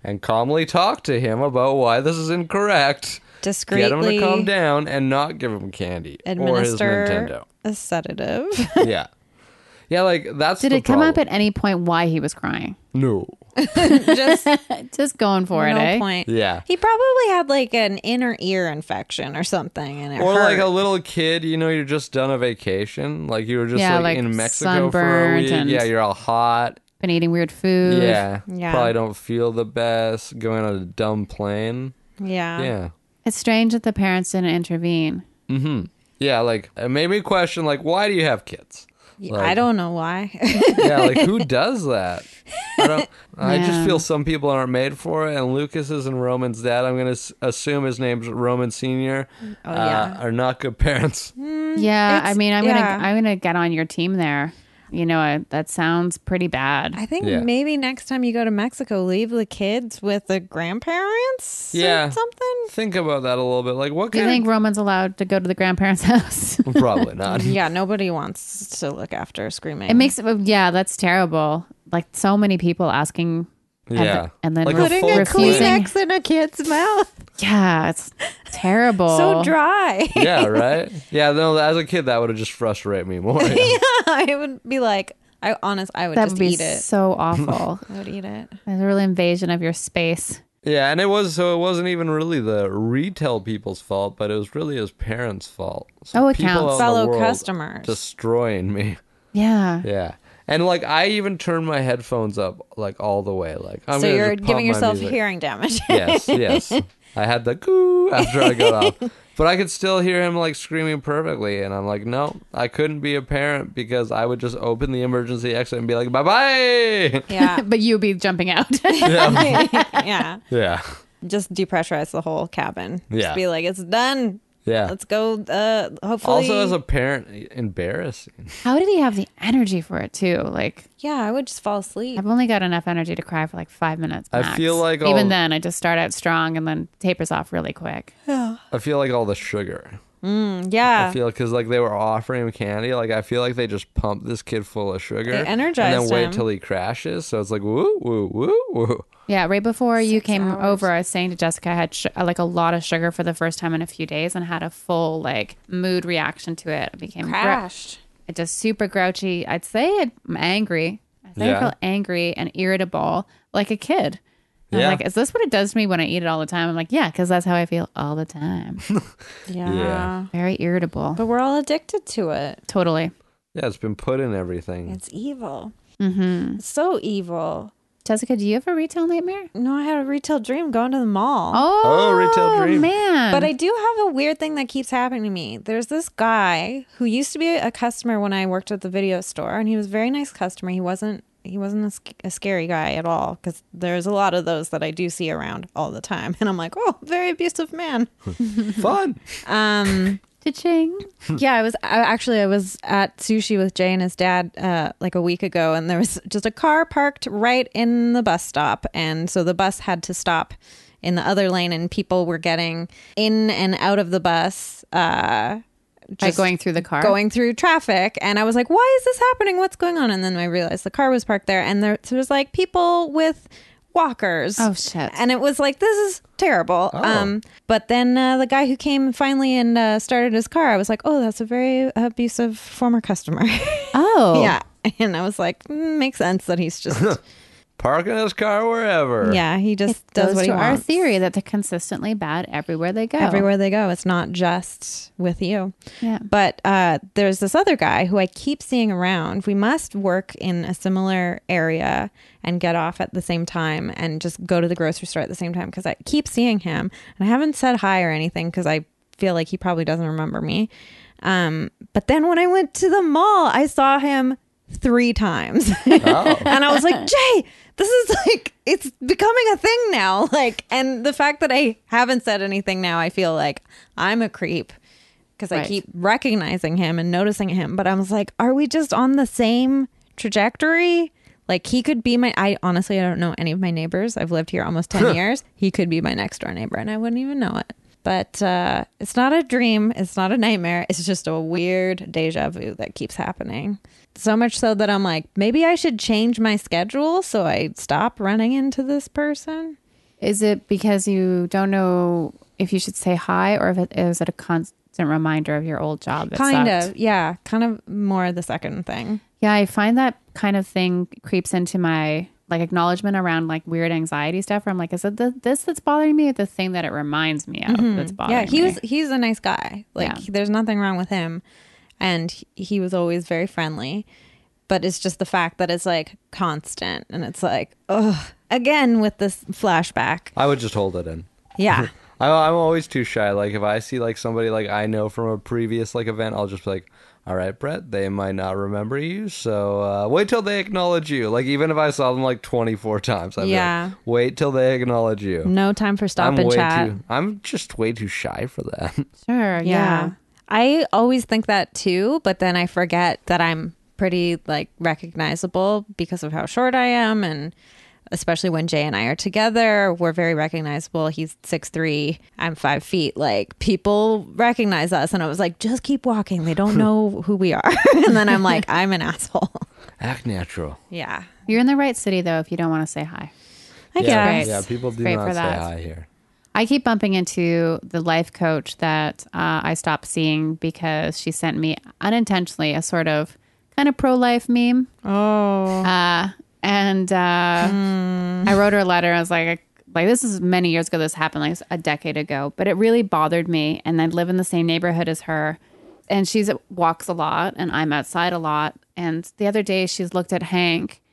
and calmly talk to him about why this is incorrect. Get him Discreetly to calm down and not give him candy or his administer Nintendo. a sedative. *laughs* *laughs* yeah, yeah. Like that's Did the it come up problem. at any point why he was crying? no? Just Just going for it, eh? no point. Yeah. He probably had like an inner ear infection or something and it Or hurt. like a little kid, you know, you're just done a vacation. Like you were just Yeah, like like, in Mexico for a sunburnt week. and- Yeah, you're all hot. Been eating weird food. Yeah. Yeah. Probably don't feel the best going on a dumb plane. yeah. yeah. It's strange that the parents didn't intervene. Yeah, like it made me question like why do you have kids? Yeah, Like- I don't know why. *laughs* Yeah, like who does that? I don't I just Yeah. feel some people aren't made for it and Lucas's and Roman's dad, I'm going to s- assume his name's Roman senior, Oh, yeah. uh, are not good parents. Yeah, I Mm, It's- mean, I'm yeah. gonna I'm gonna get on your team there. You know, I, that sounds pretty bad. I think Yeah. maybe next time you go to Mexico, leave the kids with the grandparents. or Yeah. *laughs* something. Think about that a little bit. Like what Do you kind think Roman's allowed to go to the grandparents' *laughs* house? of *laughs* probably *laughs* not. Yeah, nobody wants to look after screaming. it Mm-hmm. makes it. Yeah, that's terrible. Like so many people asking. and th- Yeah. and then Like a ref- putting full a refusing. Kleenex in a kid's mouth Yeah, it's terrible. so dry. *laughs* yeah, right? Yeah, no, as a kid, that would have just frustrated me more. Yeah. I would be like, I honest, I would That just would be eat it. so *laughs* awful. I would eat it. There's a real invasion of your space. *laughs* Yeah, and it was, so it wasn't even really the retail people's fault, but it was really his parents' fault. So Oh, it people counts. out in the Fellow world customers. Destroying me. *laughs* Yeah. Yeah. And like I even turned my headphones up like all the way. Like I'm so gonna you're just pump giving my yourself music. hearing damage. *laughs* Yes, yes. I had the goo after I got off. But I could still hear him like screaming perfectly and I'm like, No, I couldn't be a parent because I would just open the emergency exit and be like, Bye bye *laughs* *laughs* yeah. but you'd be jumping out. yeah. *laughs* Yeah. Just depressurize the whole cabin. Yeah. Just be like, it's done. Yeah. Let's go. Uh, hopefully. also as a parent, embarrassing. How did he have the energy for it too? Like yeah, I would just fall asleep. I've only got enough energy to cry for like five minutes. I max. feel like even I'll- then, I just start out strong and then tapers off really quick. I feel like all the sugar. I Yeah. feel because like they were offering him candy. Like I feel like they just pumped this kid full of sugar. They and energized then wait him. till he crashes. So it's like woo woo woo woo. Yeah, right before you Six came hours. over, I was saying to Jessica, I had sh- like a lot of sugar for the first time in a few days and had a full like mood reaction to it. I became gro- Crashed. it just super grouchy. I'd say it, I'm angry. I say Yeah. I feel angry and irritable like a kid. I'm Yeah. like, is this what it does to me when I eat it all the time? I'm like, yeah, because that's how I feel all the time. Yeah. Yeah. Very irritable. But we're all addicted to it. Totally. Yeah, it's been put in everything. It's evil. Mm-hmm. so evil. Jessica, do you have a retail nightmare? No, I had a retail dream going to the mall. Oh, Oh, retail dream. man. But I do have a weird thing that keeps happening to me. There's this guy who used to be a customer when I worked at the video store, and he was a very nice customer. He wasn't he wasn't a, sc- a scary guy at all because there's a lot of those that I do see around all the time, *laughs* and I'm like, oh, very abusive man. *laughs* Fun. Um, Cha-ching. yeah, I was I, actually I was at sushi with Jay and his dad uh, like a week ago, and there was just a car parked right in the bus stop, and so the bus had to stop in the other lane, and people were getting in and out of the bus. Uh, By just going through the car. going through traffic and i was like why is this happening what's going on and then i realized the car was parked there and there, there was like people with walkers Oh, shit. and it was like this is terrible um but then uh, the guy who came finally and uh, started his car i was like oh that's a very abusive former customer *laughs* Oh. yeah and i was like mm, makes sense that he's just Parking his car wherever. yeah he just does Goes what he to our wants theory that they're consistently bad everywhere they go. everywhere they go it's not just with you Yeah. But uh, there's this other guy who I keep seeing around. We must work in a similar area and get off at the same time and just go to the grocery store at the same time because I keep seeing him. And I haven't said hi or anything because I feel like he probably doesn't remember me. Um, but then when I went to the mall, I saw him three times. Oh. *laughs* and I was like, Jay, this is like it's becoming a thing now. *laughs* Like, and the fact that I haven't said anything now, I feel like I'm a creep because I Right. keep recognizing him and noticing him. But I was like, are we just on the same trajectory? Like he could be my I honestly I don't know any of my neighbors. I've lived here almost 10 years. He could be my next door neighbor and I wouldn't even know it. But uh, it's not a dream. It's not a nightmare. It's just a weird deja vu that keeps happening. So much so that I'm like, maybe I should change my schedule so I stop running into this person. Is it because you don't know if you should say hi or if it is it a constant reminder of your old job? that Kind sucked? of. Yeah. Kind of more the second thing. Yeah, I find that kind of thing creeps into my like acknowledgement around like weird anxiety stuff. Where I'm like, is it the, this that's bothering me or the thing that it reminds me of that's bothering Yeah, me? he was he's a nice guy. Like Yeah. there's nothing wrong with him and he- he was always very friendly. But it's just the fact that it's like constant and it's like ugh again with this flashback. I would just hold it in. *laughs* Yeah. I, I'm always too shy. Like if I see like somebody like I know from a previous like event, I'll just be like, "All right, Brett, they might not remember you, so uh, wait till they acknowledge you." Like even if I saw them like 24 times, I'd be like, Yeah. "Wait till they acknowledge you." no time for stop I'm and way chat. too. I'm just way too shy for that. *laughs* sure. Yeah. yeah. I always think that too, but then I forget that I'm pretty like recognizable because of how short I am and especially when Jay and I are together, we're very recognizable. He's six three, I'm five feet. Like people recognize us and I was like, just keep walking. They don't know who we are. *laughs* and then I'm like, I'm an asshole. Act natural. Yeah. You're in the right city though if you don't want to say hi. I yeah, guess. yeah. People do Great not for say that. hi here. I keep bumping into the life coach that uh, I stopped seeing because she sent me unintentionally a sort of kind of pro life meme. Oh. Uh, and uh, I wrote her a letter. I was like, like this is many years ago. This happened like a decade ago, but it really bothered me. And I live in the same neighborhood as her, and she's walks a lot, and I'm outside a lot. And the other day she's looked at Hank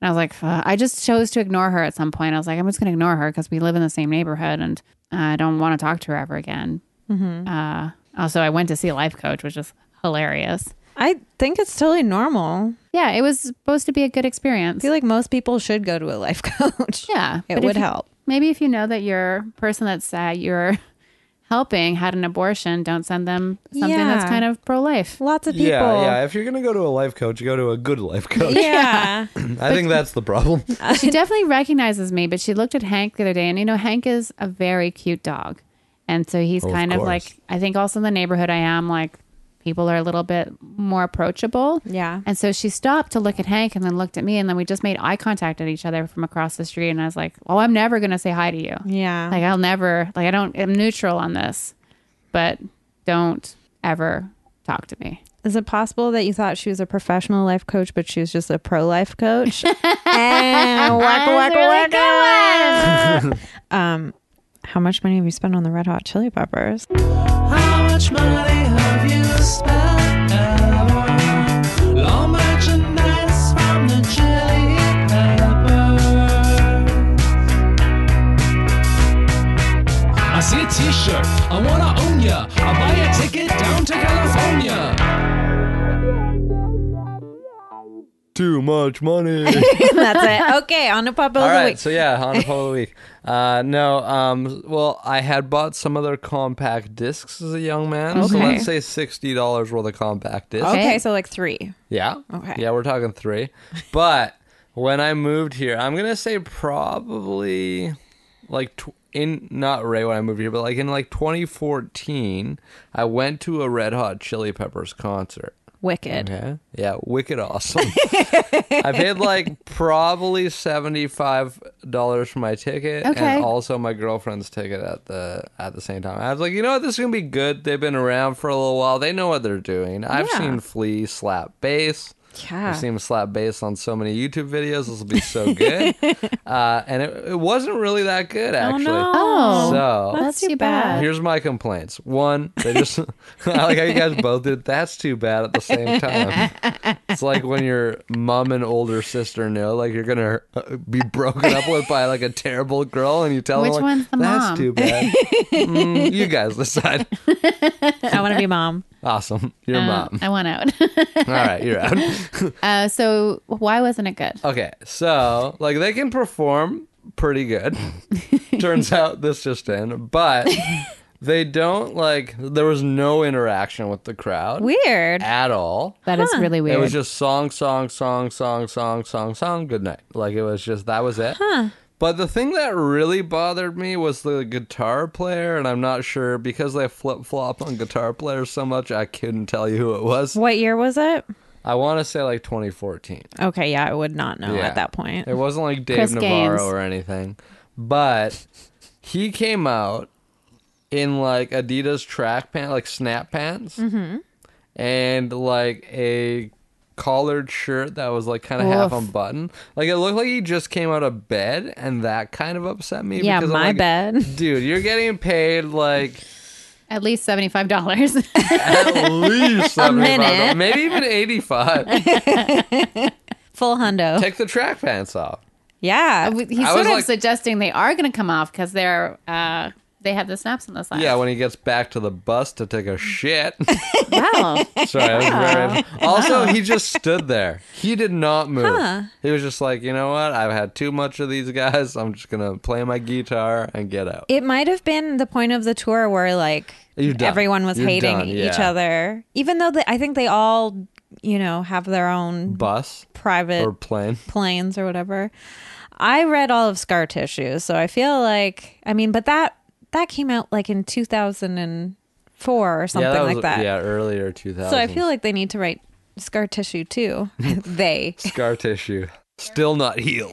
and I was like, "Fuck." I just chose to ignore her at some point. I was like, I'm just going to ignore her because we live in the same neighborhood and I don't want to talk to her ever again. Uh, also, I went to see a life coach, which is hilarious. I think it's totally normal. Yeah, it was supposed to be a good experience. I feel like most people should go to a life *laughs* coach. Yeah, but It if would you- help. Maybe if you know that your person that's uh, you're *laughs* helping had an abortion, don't send them something that's Yeah. kind of pro *laughs* life. Lots of people. Yeah, yeah. If you're gonna go to a life coach, go to a good *laughs* life coach. Yeah. I think that's the *laughs* problem. *laughs* she definitely recognizes me, but she looked at Hank the other day, and you know, Hank is a very cute dog. And so he's Oh, of kind of, course. like, I think also in the neighborhood I am, like, people are a little bit more approachable. Yeah. And so she stopped to look at Hank and then looked at me, and then we just made eye contact at each other from across the street. And I was like, Oh, I'm never going to say hi to you. Yeah. Like, I'll never, like, I don't, I'm neutral on this, but don't ever talk to me. Is it possible that you thought she was a professional life coach, but she was just a pro life *laughs* coach? and waka, waka, waka. *laughs* um, how much money have you spent on the Red Hot Chili *laughs* Peppers? How much money have you spent ever? Law merchandise from the chili peppers. I see a t-shirt, I wanna own ya. I'll buy a ticket down to California. Too much *laughs* money. That's it. Okay, on to Pop Bill All of the right, Week. so yeah, Honda Polo *laughs* of the Week. Uh, no, um, well, I had bought some other compact discs as a young man, so Okay. let's say sixty dollars worth of compact discs. Okay. okay. so like three. Yeah. Okay. Yeah, we're talking three. But when I moved here, I'm gonna say probably like tw- in not right when I moved here, but like in like 2014, I went to a Red Hot Chili Peppers concert. Wicked. Okay. Yeah, wicked awesome. *laughs* I paid like probably seventy five dollars for my ticket Okay. and also my girlfriend's ticket at the at the same time. I was like, you know what, this is gonna be good. They've been around for a little while. They know what they're doing. I've Yeah. seen Flea slap bass. Yeah. I've seen him slap bass on so many YouTube videos. This will be so *laughs* good. uh, and it, it wasn't really that good actually. Oh, So that's, too bad. Here's my complaints. One, they just *laughs* I like how you guys both did. That's too bad at the same time. It's like when your mom and older sister know, like you're gonna uh, be broken up with by like a terrible girl, and you tell Which them, like, one's the "That's mom?" too bad." Mm, you guys decide. I want to be mom. Awesome, your Uh, mom. I went out. *laughs* All right, you're out. *laughs* uh, so why wasn't it good? Okay, so like they can perform *laughs* pretty good. Turns out this just in, but they don't like. There was no interaction with the crowd *laughs* Weird. at all. That is really weird. It was just song, song, song, song, song, song, song. Good night. Like it was just that was it. But the thing that really bothered me was the guitar player, and I'm not sure because they flip flop on guitar players so much. I couldn't tell you who it was. What year was it? I want to say like 2014. Okay, yeah, I would not know Yeah. at that point. It wasn't like Dave Chris Navarro Gaines. or anything, but he came out in like Adidas track pants, like snap pants, Mm-hmm. and like a collared shirt that was like kind of half Oof. unbuttoned. Like it looked like he just came out of bed, and that kind of upset me. Yeah, because I'm my like, bed. Dude, you're getting paid *laughs* like At least seventy five dollars. *laughs* at least A 75, minute. maybe even *laughs* 85. Full hundo. Take the track pants off. yeah. He's I sort was of like- suggesting they are going to come off because they're uh, they have the snaps on the side. Yeah, when he gets back to the bus to take a shit. wow. Sorry, I was very. *laughs* Also, he just stood there. He did not move. Huh. He was just like, you know what? I've had too much of these guys. I'm just gonna play my guitar and get out. It might have been the point of the tour where like You're done. everyone was You're hating done, each yeah. other, even though they, I think they all, you know, have their own Bus private or plane? planes or whatever. I read all of Scar Tissue, so I feel like I mean, but that that came out like in two thousand and four or something yeah, that was, like that. Yeah, earlier 2000. so I feel like they need to write Scar Tissue *laughs* too. they scar tissue still not *laughs* healed.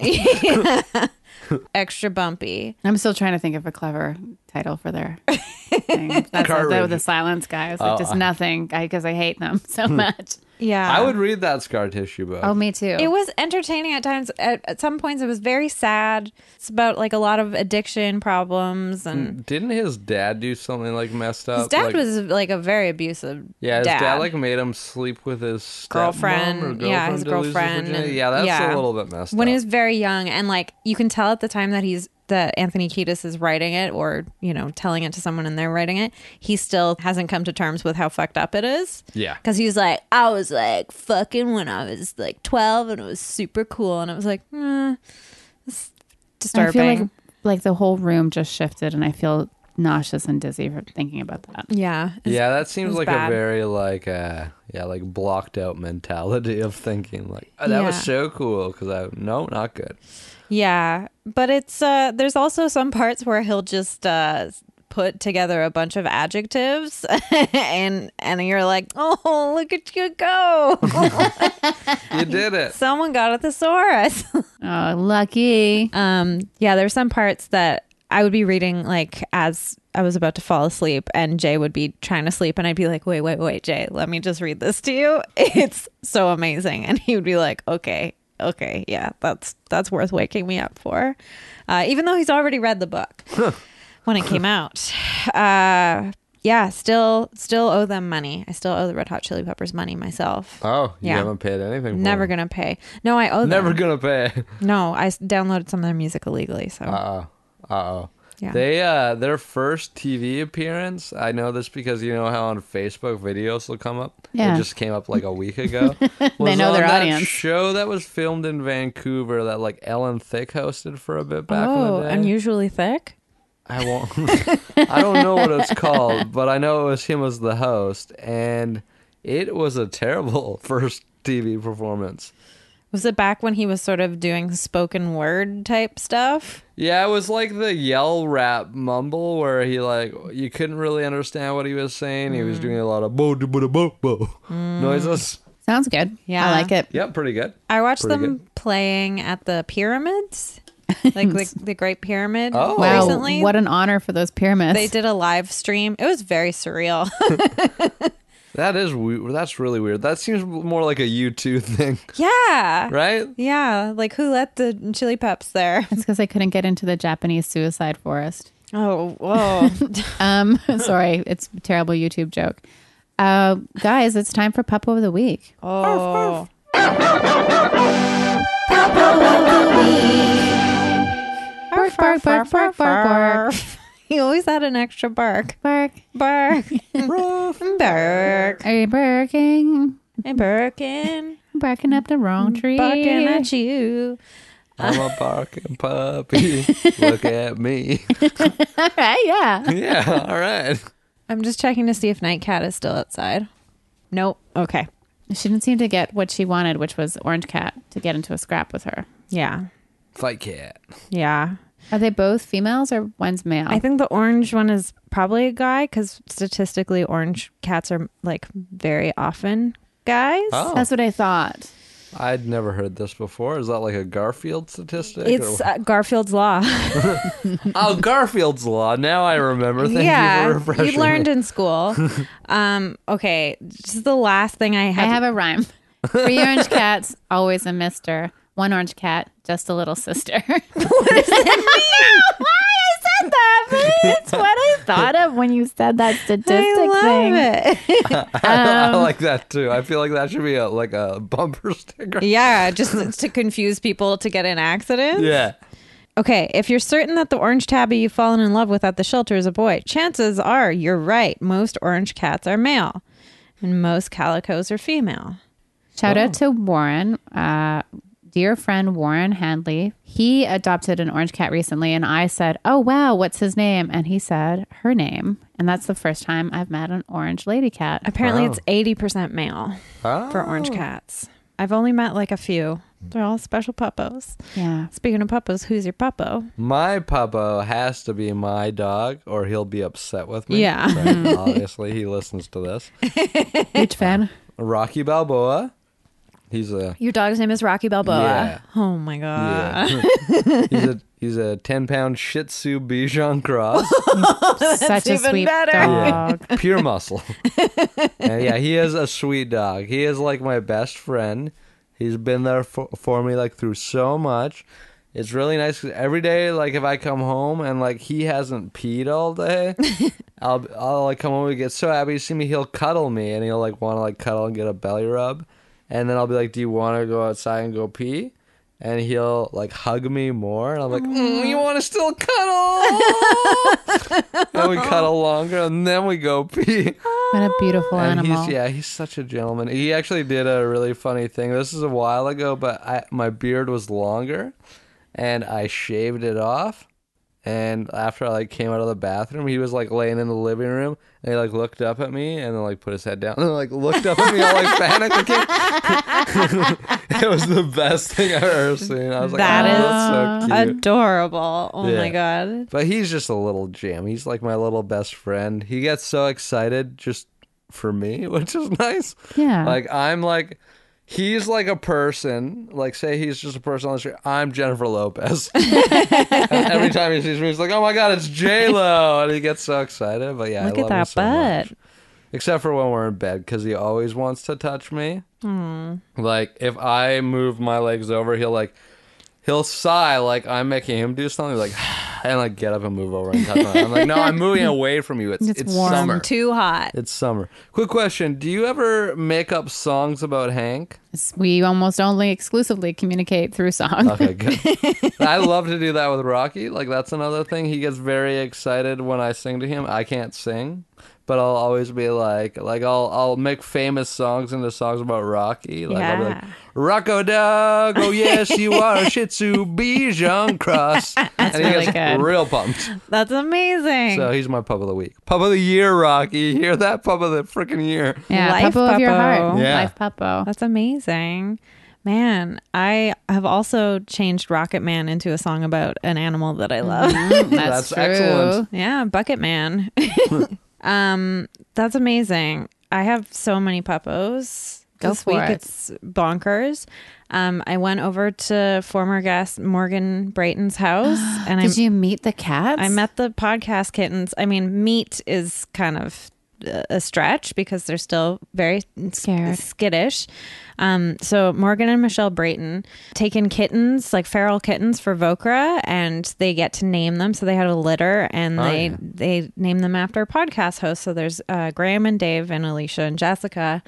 extra bumpy. *laughs* I'm still trying to think of a clever title for *laughs* their thing. That's what Cartridge. Uh, Hmm. the, the silence guy. It's like just nothing because I hate them *laughs* so much. Yeah. I would read that scar tissue book. Um, Oh, me too. It was entertaining at times. At, at some points, it was very sad. It's about like a lot of addiction problems, and Didn't his dad do something like messed up? his Mm, uh, dad Like- was like a very abusive. Yeah, his dad. like made him sleep with his stepmom Girlfriend, Or girlfriend yeah, his to lose girlfriend, virginity? and- yeah, that's yeah. a little bit messed when up. he was very young, and like you can tell at the time that he's that Anthony Kiedis is writing it, or you know, telling it to someone and they're writing it. He still hasn't come to terms with how fucked up it is. Yeah. because he was like, I was like fucking when I was like twelve, and it was super cool, and I was like, mm, it's I disturbing. feel like like the whole room just shifted, and I feel nauseous and dizzy from thinking about that. yeah, it's yeah, that seems was like bad. a very like uh yeah like blocked out mentality of thinking like oh, that was Yeah. so cool because I no not good. Yeah, but it's uh there's also some parts where he'll just uh put together a bunch of adjectives *laughs* and and you're like, "Oh, look at you go. *laughs* You did it. Someone got a thesaurus." *laughs* Oh, lucky. um yeah, there's some parts that I would be reading like as I was about to fall asleep and Jay would be trying to sleep and I'd be like, "Wait, wait, wait, Jay, let me just read this to you. *laughs* It's so amazing." And he would be like, "Okay, okay, yeah, that's that's worth waking me up for." Uh, even though he's already read the book. when it came out. Uh, yeah, still still owe them money. I still owe the Red Hot Chili Peppers money myself. Oh, you Yeah. haven't paid anything. for Never it. gonna pay. No, I owe them. Never gonna *laughs* pay. No, I s- downloaded some of their music illegally. So Uh oh. Uh oh. yeah, They uh their first TV appearance. I know this because you know how on Facebook videos will come up. Yeah. it just came up like a week *laughs* ago. they know their that audience. Show that was filmed in Vancouver that like Ellen Thick hosted for a bit back oh, in the day. unusually thick. I won't. *laughs* I don't know what it's called, but I know it was him as the host, and it was a terrible *laughs* first TV performance. Was it back when he was sort of doing spoken word type stuff? Yeah, it was like the yell rap mumble where he like you couldn't really understand what he was saying. He Mm. was doing a lot of bo do bo bo bo noises. Sounds good. Yeah. I like it. Yep, pretty good. I watched Pretty them playing at the *laughs* pyramids, like the, the Great Pyramid. Oh. Wow, recently. what an honor for those pyramids. they did a live stream. It was very *laughs* surreal. *laughs* That is we- that's really weird. That seems more like a U two *laughs* thing, yeah. right? Yeah, like who let the chili peps there? *laughs* *laughs* It's because I couldn't get into the Japanese suicide forest. Oh, *laughs* whoa. Um, *laughs* sorry, it's a terrible YouTube joke. Uh, guys, it's time for Puppo of the Week. oh. Bark, bark, bark, bark, bark, bark, *laughs* He always had an extra bark. bark. *laughs* Bark. bark. Are you barking? I'm barking. Barking up the wrong tree. Mm, Barking at you. I'm a barking *laughs* puppy. Look at me. All right, yeah. *laughs* Yeah, all right. I'm just checking to see if Nightcat is still outside. Nope. Okay. She didn't seem to get what she wanted, which was Orange Cat to get into a scrap with her. Yeah. Fight cat. Yeah. Are they both females or one's male? I think the orange one is probably a guy because statistically, orange cats are like very often guys. Oh, That's what I thought. I'd never heard this before. Is that like a Garfield statistic? It's or- uh, Garfield's law. oh, Garfield's law. Now I remember. *laughs* Thank you for refreshing. you learned me. in school. um, okay, this is the last thing I I have have. a *laughs* rhyme. Three orange cats, always a mister. One orange cat, just a little *laughs* sister. *laughs* I said that. That's what I thought of when you said that statistic I thing. love *laughs* it. *laughs* I um, like that too. I feel like that should be a, like a bumper *laughs* sticker. yeah, just to confuse people to get in accidents. Yeah. Okay, if you're certain that the orange tabby you've fallen in love with at the shelter is a boy, chances are you're right. Most orange cats are male, and most calicos are female. Shout out to Warren, uh, dear friend Warren Handley. He adopted an orange cat recently, and I said, "Oh wow, what's his name?" And he said, "Her name." And that's the first time I've met an orange lady cat. Apparently, Wow. it's eighty percent male Oh. for orange cats. I've only met like a few. They're all special puppos. *laughs* Yeah, Speaking of puppos, who's your puppo? My puppo has to be my dog, or he'll be upset with me. Yeah. *laughs* Right? Obviously, he listens to this. huge fan. Rocky Balboa. He's a Your dog's name is Rocky Balboa. Yeah. *laughs* Oh my god. yeah. he's a He's a 10 pound Shih Tzu *laughs* Bichon Cross, Such a even sweet better. Yeah. dog. pure muscle. *laughs* and yeah, he is a sweet dog. He is like my best friend. He's been there for, for me like through so much. It's really nice 'cause every day, like if I come home and like he hasn't peed all day, I'll I'll like come home and get so happy. You see me, he'll cuddle me and he'll like want to like cuddle and get a belly rub, and then I'll be like, "Do you want to go outside and go pee?" And he'll like hug me more, and I'm like, mm, "You want to still cuddle?" and we cuddle longer, and then we go pee. What a beautiful And animal. he's yeah, he's such a gentleman. He actually did a really funny thing. This is a while ago, but I, my beard was longer, and I shaved it off. And after I like came out of the bathroom, he was like laying in the living room, and he like looked up at me, and then like put his head down, *laughs* and then, like looked up at me, all like panicked again. *laughs* it was the best thing I've ever seen. I was like, That oh, that's so cute. Adorable. Oh my Yeah. god. But he's just a little gem. He's like my little best friend. He gets so excited just for me, *laughs* which is nice. Yeah. Like I'm like he's like a person. Like say he's just a person on the street. I'm Jennifer *laughs* Lopez. And every time he sees me, he's like, "Oh my god, it's J Lo!" And he gets so excited. But yeah, Look I at love him that so much. butt. Except for when we're in bed, because he always wants to touch me. Hmm. Like if I move my legs over, he'll like he'll sigh like I'm making him do something. Like *sighs* and like get up and move over and touch me. I'm like, no, I'm *laughs* moving away from you. It's It's it's, warm, summer. Too hot. It's summer. Quick question: Do you ever make up songs about Hank? we almost only exclusively communicate through song. Okay, good. I love to do that with Rocky. Like that's another thing. He gets very excited when I sing to him. I can't sing, but I'll always be like, like I'll I'll make famous songs into songs about Rocky. Like I'll be like, Yeah. Rocco Dog, oh yes, you are a Shih Tzu Bichon Cross, and he really gets good. real pumped. That's amazing. So he's my pub of the week, pub of the year, Rocky. Hear that pub of the freaking year? Yeah, Life Puppo of your Puppo. heart. Yeah. Life Puppo. That's amazing. Man, I have also changed Rocket Man into a song about an animal that I love. That's, That's true. excellent. Mm-hmm. *laughs* yeah, *laughs* Bucket Man. *laughs* um, that's amazing. I have so many puppos. Go this for week it. it's bonkers. Um, I went over to former guest Morgan *gasps* Brayton's house and I Did you meet the cats? I met the podcast kittens. I mean, meat is kind of uh, a stretch because they're still very s- Scared. skittish. Um, so Morgan and Michelle Brayton taken kittens, like feral kittens, for Vocra, and they get to name them. So they had a litter, and Oh, they yeah. they name them after podcast hosts. So there's uh, Graham and Dave and Alicia and Jessica.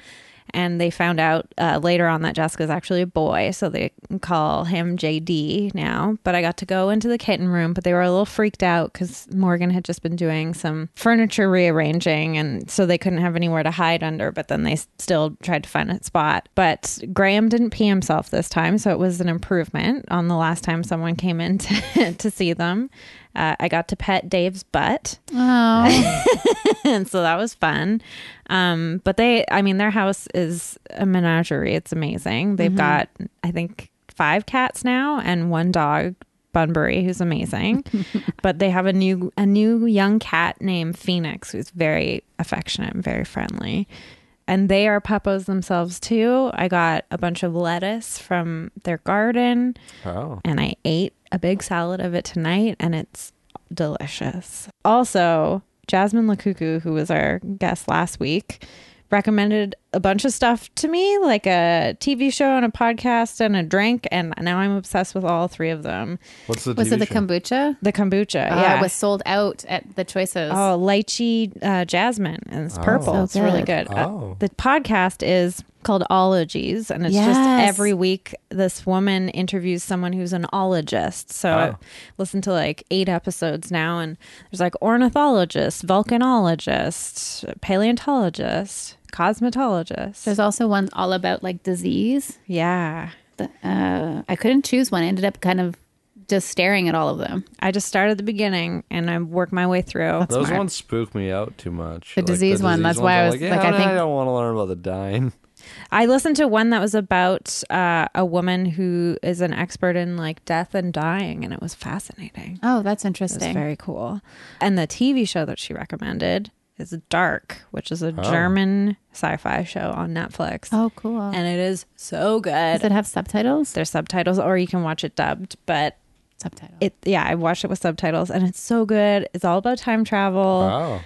And they found out uh, later on that Jessica's actually a boy, so they call him JD now. But I got to go into the kitten room, but they were a little freaked out because Morgan had just been doing some furniture rearranging, and so they couldn't have anywhere to hide under. But then they s- still tried to find a spot. But Graham didn't pee himself this time, so it was an improvement on the last time someone came in *laughs* to, to see them. Uh, I got to pet Dave's butt Oh, *laughs* and so that was fun. Um, but they, I mean, their house is a menagerie. It's amazing. They've got, I think, five cats now and one dog, Bunbury, who's amazing. but they have a new, a new young cat named Phoenix, who's very affectionate and very friendly. And they are puppos themselves too. I got a bunch of lettuce from their garden, Oh. and I ate a big salad of it tonight, and it's delicious. Also, Jasmine Lakuku, who was our guest last week, recommended a bunch of stuff to me, like a TV show and a podcast and a drink, and now I'm obsessed with all three of them. What's the was TV it the show? kombucha? The kombucha, Uh, yeah, it was sold out at the choices. Oh, lychee uh, jasmine, and it's purple. So it's really good. good. Uh, Oh. the podcast is called Ologies, and it's just Yes. every week this woman interviews someone who's an ologist. So I've listened to like eight episodes now, and there's like ornithologist, volcanologist, paleontologist, cosmetologist. There's also ones all about like disease. yeah. The- Uh, I couldn't choose one. I ended up kind of just staring at all of them. I just started at the beginning and I work my way through. Those ones spook me out too much. The disease one, that's why I ones, was- I'm like, I yeah, think- I don't want to learn about *laughs* the dying. I listened to one that was about uh, a woman who is an expert in like death and dying, and it was fascinating. Oh, that's It interesting. was very cool. And the TV show that she recommended is Dark, which is a German sci-fi show on Netflix, oh, cool. and it is so Does good. it have subtitles? There's subtitles, or you can watch it dubbed, but subtitle. it yeah i watched it with subtitles and it's so good it's all about time travel Wow.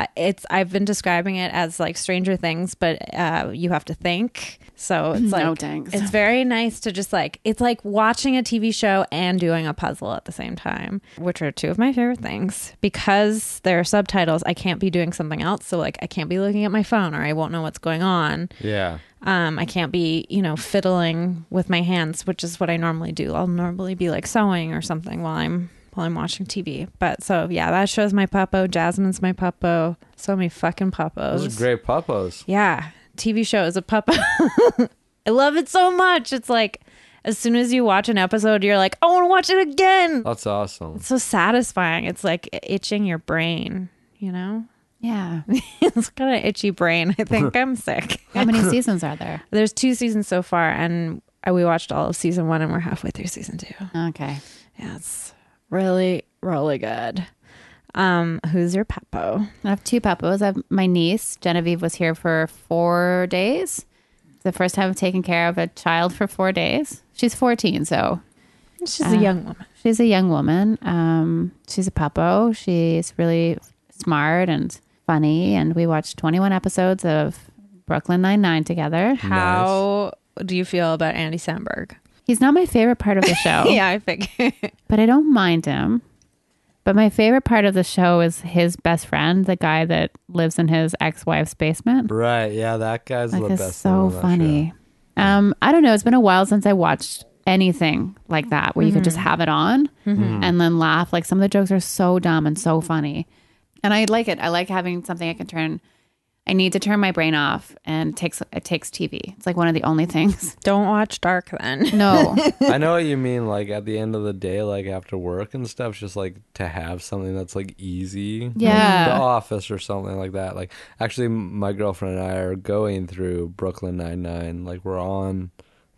uh it's i've been describing it as like stranger things but uh you have to think so it's *laughs* like No thanks. it's very nice to just like it's like watching a tv show and doing a puzzle at the same time which are two of my favorite things because there are subtitles i can't be doing something else so like i can't be looking at my phone or i won't know what's going on Yeah. um, I can't be, you know, fiddling with my hands, which is what I normally do. I'll normally be like sewing or something while I'm while I'm watching TV. But so yeah, that show's my puppo. Jasmine's my puppo. So many fucking puppos. Those are great puppos. Yeah, TV show is a puppo. *laughs* I love it so much. It's like as soon as you watch an episode, you're like, I want to watch it again. That's awesome. It's so satisfying. It's like itching your brain. You know, *laughs* yeah. it's got an itchy brain. I *laughs* think I'm sick. How *laughs* many seasons are there? There's two seasons so far, and uh, we watched all of season one, and we're halfway through season two. Okay. Yeah, it's really, really good. Um, who's your Peppo? I have two puppos. I have my niece Genevieve was here for four days. The first time I've taken care of a child for four days. She's 14, so She's a young woman. she's a young woman. Um, she's a puppo. She's really smart and funny. And we watched 21 episodes of Brooklyn Nine Nine together. How do you feel about Andy Samberg? He's not my favorite part of the show, *laughs* Yeah, I figure. but I don't mind him. But my favorite part of the show is his best friend, the guy that lives in his ex-wife's basement. Right. Yeah, that guy's the like best. it's so thing on that funny um i don't know it's been a while since i watched anything like that where you could just have it on Mm-hmm. and then laugh like some of the jokes are so dumb and so funny and i like it i like having something i can turn i need to turn my brain off and it takes it takes tv it's like one of the only things Don't watch Dark then. *laughs* *laughs* no show. I know what you mean. Like at the end of the day, like after work and stuff, just like to have something that's like easy. Like, Yeah. the office or something like that. Like actually, m- my girlfriend and I are going through Brooklyn Nine Nine. Like we're on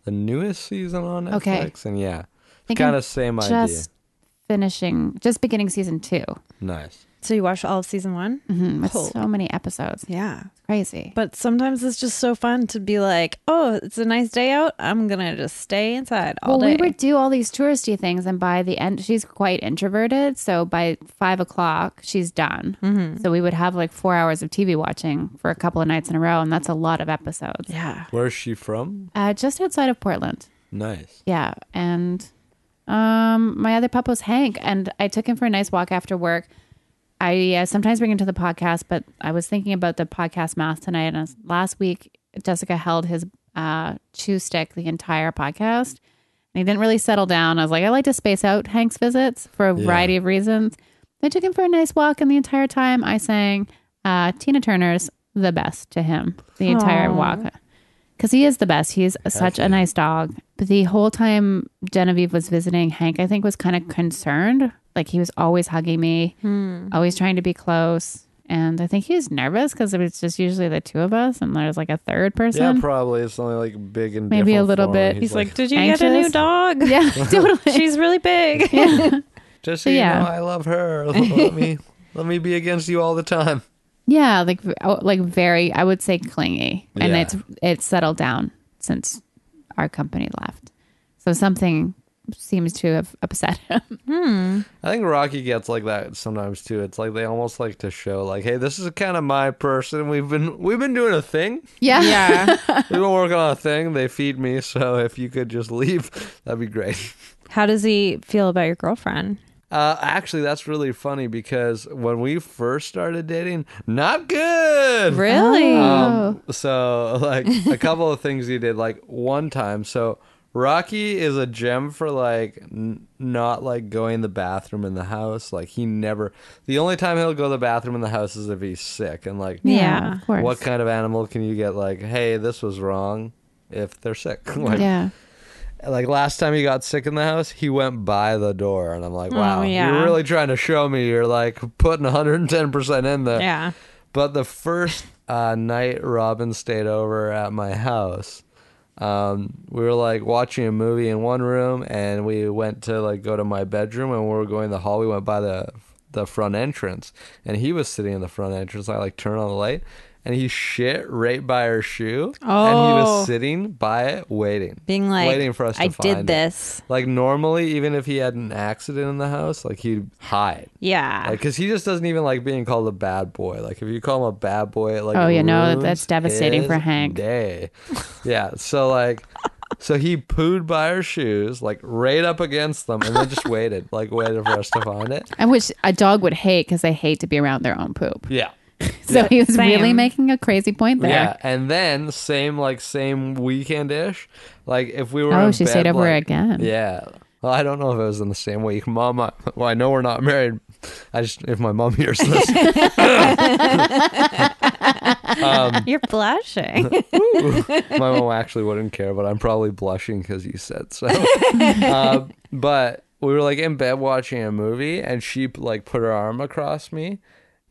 the newest season on Netflix, Okay. and yeah, think kind I'm of same idea. just finishing just beginning season 2 Nice. So you watched all of season one? Mhm, with Cool. so many episodes Yeah. it's crazy But sometimes it's just so fun to be like, oh, it's a nice day out. I'm gonna just stay inside all well, day. we would do all these touristy things, and by the end, she's quite introverted. So by five o'clock, she's done. Mm-hmm. So we would have like four hours of TV watching for a couple of nights in a row, and that's a lot of episodes. yeah. Where's she from? Uh, just outside of Portland, Nice. yeah. And um, my other pup was Hank, and I took him for a nice walk after work. I uh, sometimes bring him to the podcast, but I was thinking about the podcast math tonight, and I was- last week Jessica held his uh, chew stick the entire podcast. And he didn't really settle down. I was like, I like to space out Hank's visits for a variety of reasons. I took him for a nice walk, and the entire time I sang uh, Tina Turner's "The Best" to him the entire walk, because he is the best. He's such a nice dog. But the whole time Genevieve was visiting, Hank I think was kind of concerned. Like he was always hugging me, always trying to be close. And I think he was nervous because it was just usually the two of us, and there's like a third person. yeah, probably. It's only like big and Maybe a different little for him. bit. He's like, did you get a anxious? new dog? *laughs* yeah, totally. *laughs* She's really *laughs* big. Just so Yeah. you know, I love her. *laughs* Let me let me be against you all the time. Yeah, like v- oh, like very, I would say clingy, and Yeah. it's it's settled down since our company left. So something seems to have upset him. I think Rocky gets like that sometimes too. It's like they almost like to show like, hey, this is kind of my person. We've been we've been doing a *laughs* thing. *laughs* *laughs* Yeah, yeah. We've been working on a thing. They feed me, so if you could just leave, *laughs* that'd be great. How does he feel about your girlfriend? Uh, actually, that's really funny because when we first started dating, not good. Really? Oh. Um, so *laughs* like a couple of things he did like one time. So Rocky is a gem for like n- not like going to the bathroom in the house. Like he never. The only time he'll go to the bathroom in the house is if he's sick. And like, yeah, Yeah. of course. what kind of animal can you get like, hey, this was wrong, if they're sick? *laughs* like, yeah, like last time he got sick in the house, he went by the door, and I'm Oh, like, wow, yeah. you're really trying to show me you're like putting 110 percent in there. yeah. But the first uh, night Robin stayed over at my house, um, we were like watching a movie in one room, and we went to like go to my bedroom, and we were going the hall. We went by the the front entrance, and he was sitting in the front entrance. I like turned on the light, and he shit right by her shoe. And he Oh. was sitting by it waiting. Being like, waiting for us to I find did it. this. Like normally, even if he had an accident in the house, like he'd hide. Yeah. Like, cause he just doesn't even like being called a bad boy. Like, if you call him a bad boy, it, like Oh, yeah, no, that- ruins that's devastating for his Hank. *laughs* Day, yeah. So like, so he pooed by her shoes, like right up against them, and then *laughs* just waited, like waited for us to find it. And which a dog would hate because they hate to be around their own poop. Yeah, So he was Same. really making a crazy point there. yeah. And then same like same weekend ish, like if we were Oh, in she bed, stayed over like- again. Yeah. Well, I don't know if it was in the same week, Mom. I, *laughs* well, I know we're not married. I just if my mom *laughs* hears this, *laughs* You're blushing. *laughs* *laughs* my mom actually wouldn't care, but I'm probably blushing because you said so. uh, but we were like in bed watching a movie, and she like put her arm across me,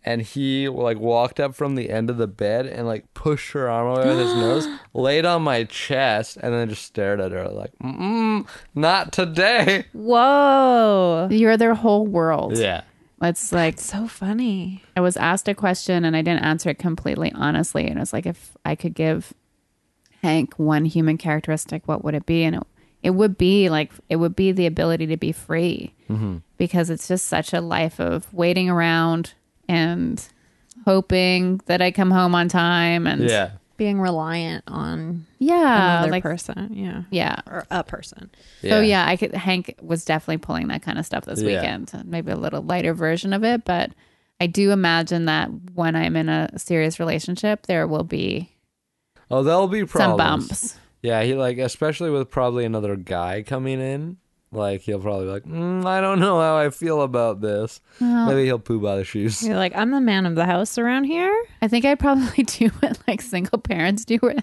and he like walked up from the end of the bed and like pushed her arm away with his nose, laid on my chest, and then just stared at her like, mm, "Not today." Whoa. You're their whole world. It's like So funny. I was asked a question and I didn't answer it completely honestly. And it was like, if I could give Hank one human characteristic, what would it be? And it, it would be like, it would be the ability to be free because it's just such a life of waiting around and hoping that I come home on time. And yeah. Being reliant on yeah, another like, person. Yeah. yeah. Or a person. So yeah, I could. Hank was definitely pulling that kind of stuff this Yeah. weekend. Maybe a little lighter version of it, but I do imagine that when I'm in a serious relationship, there will be Oh, there'll be some problems. bumps. Yeah, he like especially with probably another guy coming in. Like he'll probably be like, mm, I don't know how I feel about this. Uh-huh. Maybe he'll poo by the shoes. You're like, I'm the man of the house around here. I think I'd probably *laughs* do what like single parents do, where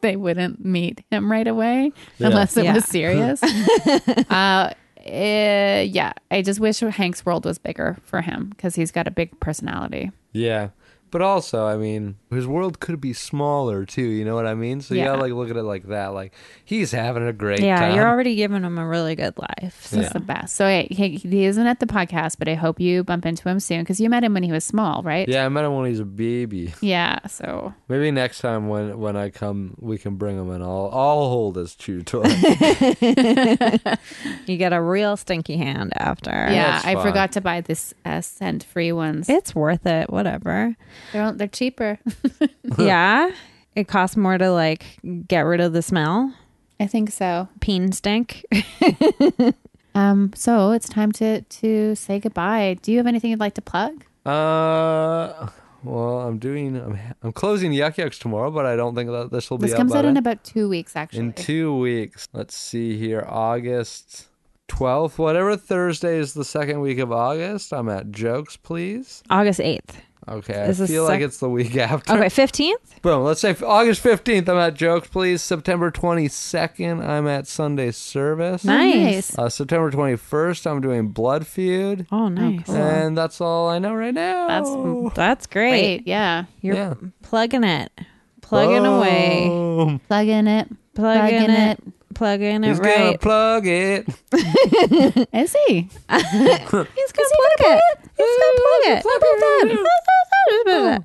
they wouldn't meet him right away unless it Yeah. was serious. uh, eh, yeah, I just wish Hank's world was bigger for him because he's got a big personality. Yeah, but also, I mean, his world could be smaller too. You know what I mean? So you Yeah. gotta like look at it like that. Like he's having a great yeah. time. You're already giving him a really good life. He's the best. So hey, he, he isn't at the podcast, but I hope you bump into him soon because you met him when he was small, right? yeah, I met him when he's a baby. Yeah. So Maybe next time when when I come, we can bring him and I'll I'll hold his *laughs* chew toy. You get a real stinky hand after. yeah, that's I fine. forgot to buy this uh, scent free ones. It's worth *laughs* it. Whatever. They're they're cheaper. yeah. It costs more to like get rid of the smell. *laughs* I think so. Peen stink. *laughs* Um, so it's time to to say goodbye. Do you have anything you'd like to plug? uh, well, I'm doing I'm I'm closing Yuck Yucks tomorrow, but I don't think that this will be This up comes by out then. in about two weeks, actually. In two weeks. Let's see here. August 12th, whatever Thursday is the second week of August, I'm at Jokes, please. August 8th. Okay. Is I this feel like sec- it's the week after. Okay. 15th? Boom. Let's say August 15th, I'm at Jokes, please. September 22nd, I'm at Sunday Service. Nice. Uh, September 21st, I'm doing Blood Feud. Oh, nice. And that's all I know right now. That's that's great. Great. Yeah. You're Yeah. plugging it, plugging away, Boom. Plug in it. plugging Plugging it, plugging it He's going to right. plug it. Is he? He's gonna Mm, plug it. He's gonna plug it. Mm.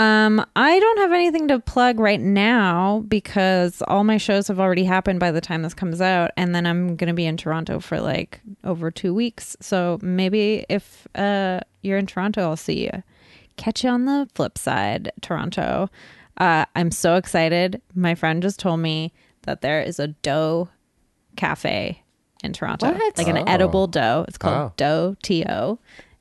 Um, I don't have anything to plug right now because all my shows have already happened by the time this comes out, and then I'm gonna be in Toronto for like over two weeks. So maybe if uh you're in Toronto, I'll see you. Catch you on the flip side, Toronto. Uh, I'm so excited. My friend just told me that there is a dough cafe in Toronto, What? like an Oh. edible dough. It's called Oh. dough to.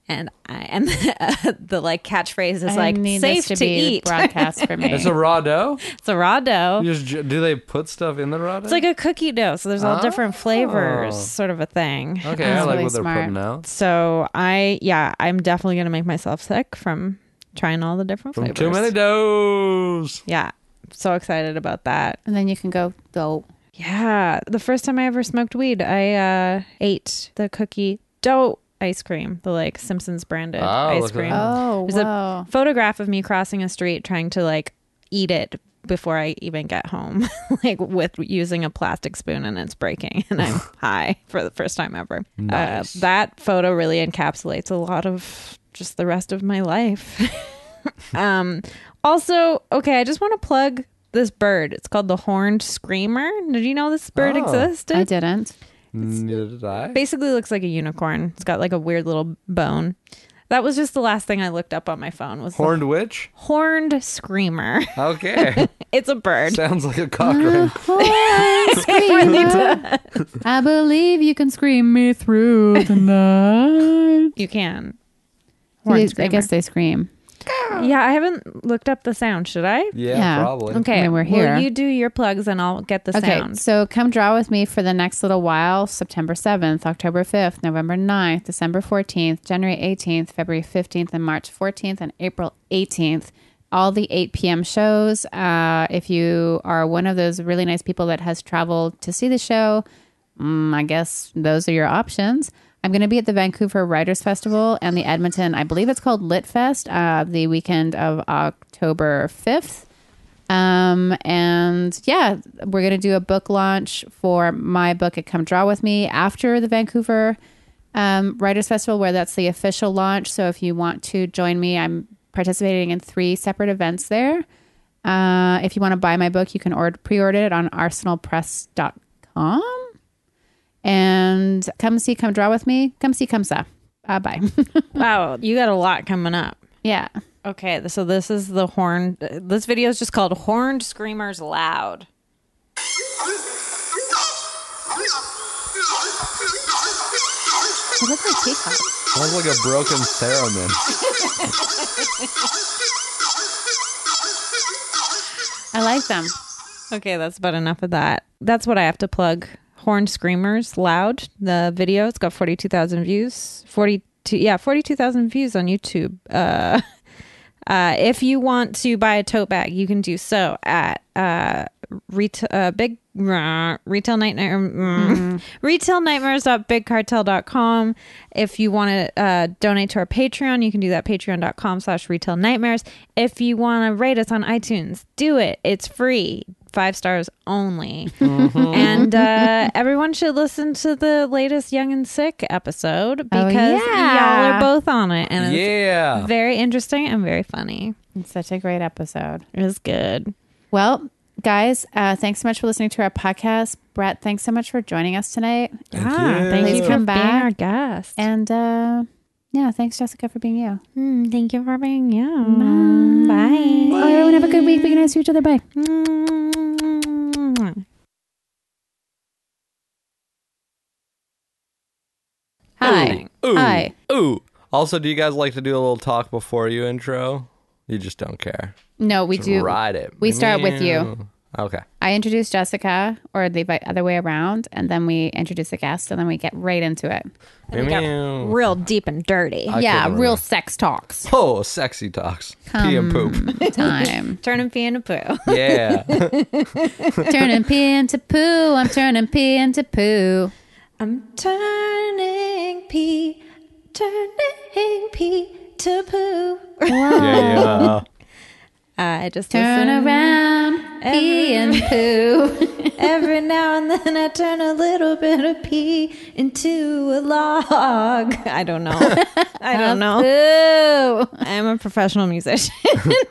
And I and *laughs* the, like catchphrase is I like need this safe to, to, be eat. broadcast *laughs* for me. It's a raw dough. *laughs* It's a raw dough. You just, do they put stuff in the raw dough? It's like a cookie dough, so there's all different flavors, Oh. sort of a thing. Okay, That's I like really what they're smart. putting out. So I yeah, I'm definitely gonna make myself sick from trying all the different From flavors. too many doughs. Yeah, so excited about that. and then you can go go. Yeah, the first time I ever smoked weed, I uh, ate the cookie dough ice cream, the like Simpsons branded Oh, ice look at cream. that. Oh, There's wow. a photograph of me crossing a street trying to like eat it before I even get home, *laughs* like with using a plastic spoon and it's breaking *laughs* *laughs* and I'm high for the first time ever. Nice. Uh, that photo really encapsulates a lot of just the rest of my life. *laughs* um, also, okay, I just want to plug this bird. It's called the horned screamer. Did you know this bird Oh. existed? I didn't. Neither did I. Basically, looks like a unicorn. It's got like a weird little bone. That was just the last thing I looked up on my phone. Was the Horned witch? horned screamer? *laughs* *laughs* Okay. *laughs* it's a bird. Sounds like Uh, a cock ring. Screamer, I believe you can scream me through the night. You can. Horned They- I screamer. guess they scream. Yeah, I haven't looked up the sound. Should I? Yeah, Yeah. probably. Okay, mean, we're Will here. you do your plugs and I'll get the Okay, sound. so come draw with me for the next little while September 7th, October 5th, November 9th, December 14th, January 18th, February 15th, and March 14th, and April 18th. All the 8 p.m. shows. Uh, if you are one of those really nice people that has traveled to see the show, mm, I guess those are your options. I'm going to be at the Vancouver Writers Festival and the Edmonton, I believe it's called Lit Fest, uh, the weekend of October 5th. Um, and yeah, we're going to do a book launch for my book at Come Draw With Me after the Vancouver um, Writers Festival, where that's the official launch. So if you want to join me, I'm participating in three separate events there. Uh, if you want to buy my book, you can order, pre-order it on arsenalpress.com. And come see, come draw with me. Come see, come saw. Uh, bye. wow, you got a lot coming up. *laughs* yeah. Okay, so this is the horn. This video is just called "Horned Screamers Loud." It looks like peacock. Sounds like a broken theremin. *laughs* I like them. Okay, that's about enough of that. That's what I have to plug. Horned Screamers Loud. The video. It's got forty-two thousand views. Forty-two. Yeah, forty-two thousand views on YouTube. Uh, uh, if you want to buy a tote bag, you can do so at uh, retail uh, big uh, retail nightmare mm, *laughs* retail nightmares.bigcartel.com. If you want to uh, donate to our Patreon, you can do that patreon.com slash retail nightmares. If you want to rate us on iTunes, do it. It's free. Five stars only. *laughs* And uh, everyone should listen to the latest Young and Sick episode because yeah. y'all are both on it. And it's Yeah. very interesting and very funny. It's such a great episode. It was good. Well, guys, uh, thanks so much for listening to our podcast. Brett, thanks so much for joining us tonight. Thank Ah, you. Thank Please you for come being back. our guest. And uh, yeah, thanks, Jessica, for being you. Mm, thank you for being you. Bye. All right, everyone, have a good week. Be nice to each other. Bye. Mm. Hi. Ooh. Hi. Ooh. Also, do you guys like to do a little talk before you intro? You just don't care. No, we Just do. Ride it. we start with you. Okay. I introduce Jessica, or the vi- other way around, and then we introduce the guest, and then we get right into it. Meow. Real deep and dirty. I yeah, couldn't real remember. sex *laughs* talks Oh, sexy talks. Pee and poop. time. Turn and pee into poo. *laughs* Yeah. turning pee into poo. I'm turning pee into poo. *laughs* I'm turning pee, turning pee to poo. *laughs* yeah. I just Turn listen around, pee and poo. every now and then. I turn a little bit of pee into a *laughs* log. I don't know. I don't know. Poo. *laughs* I'm a professional musician.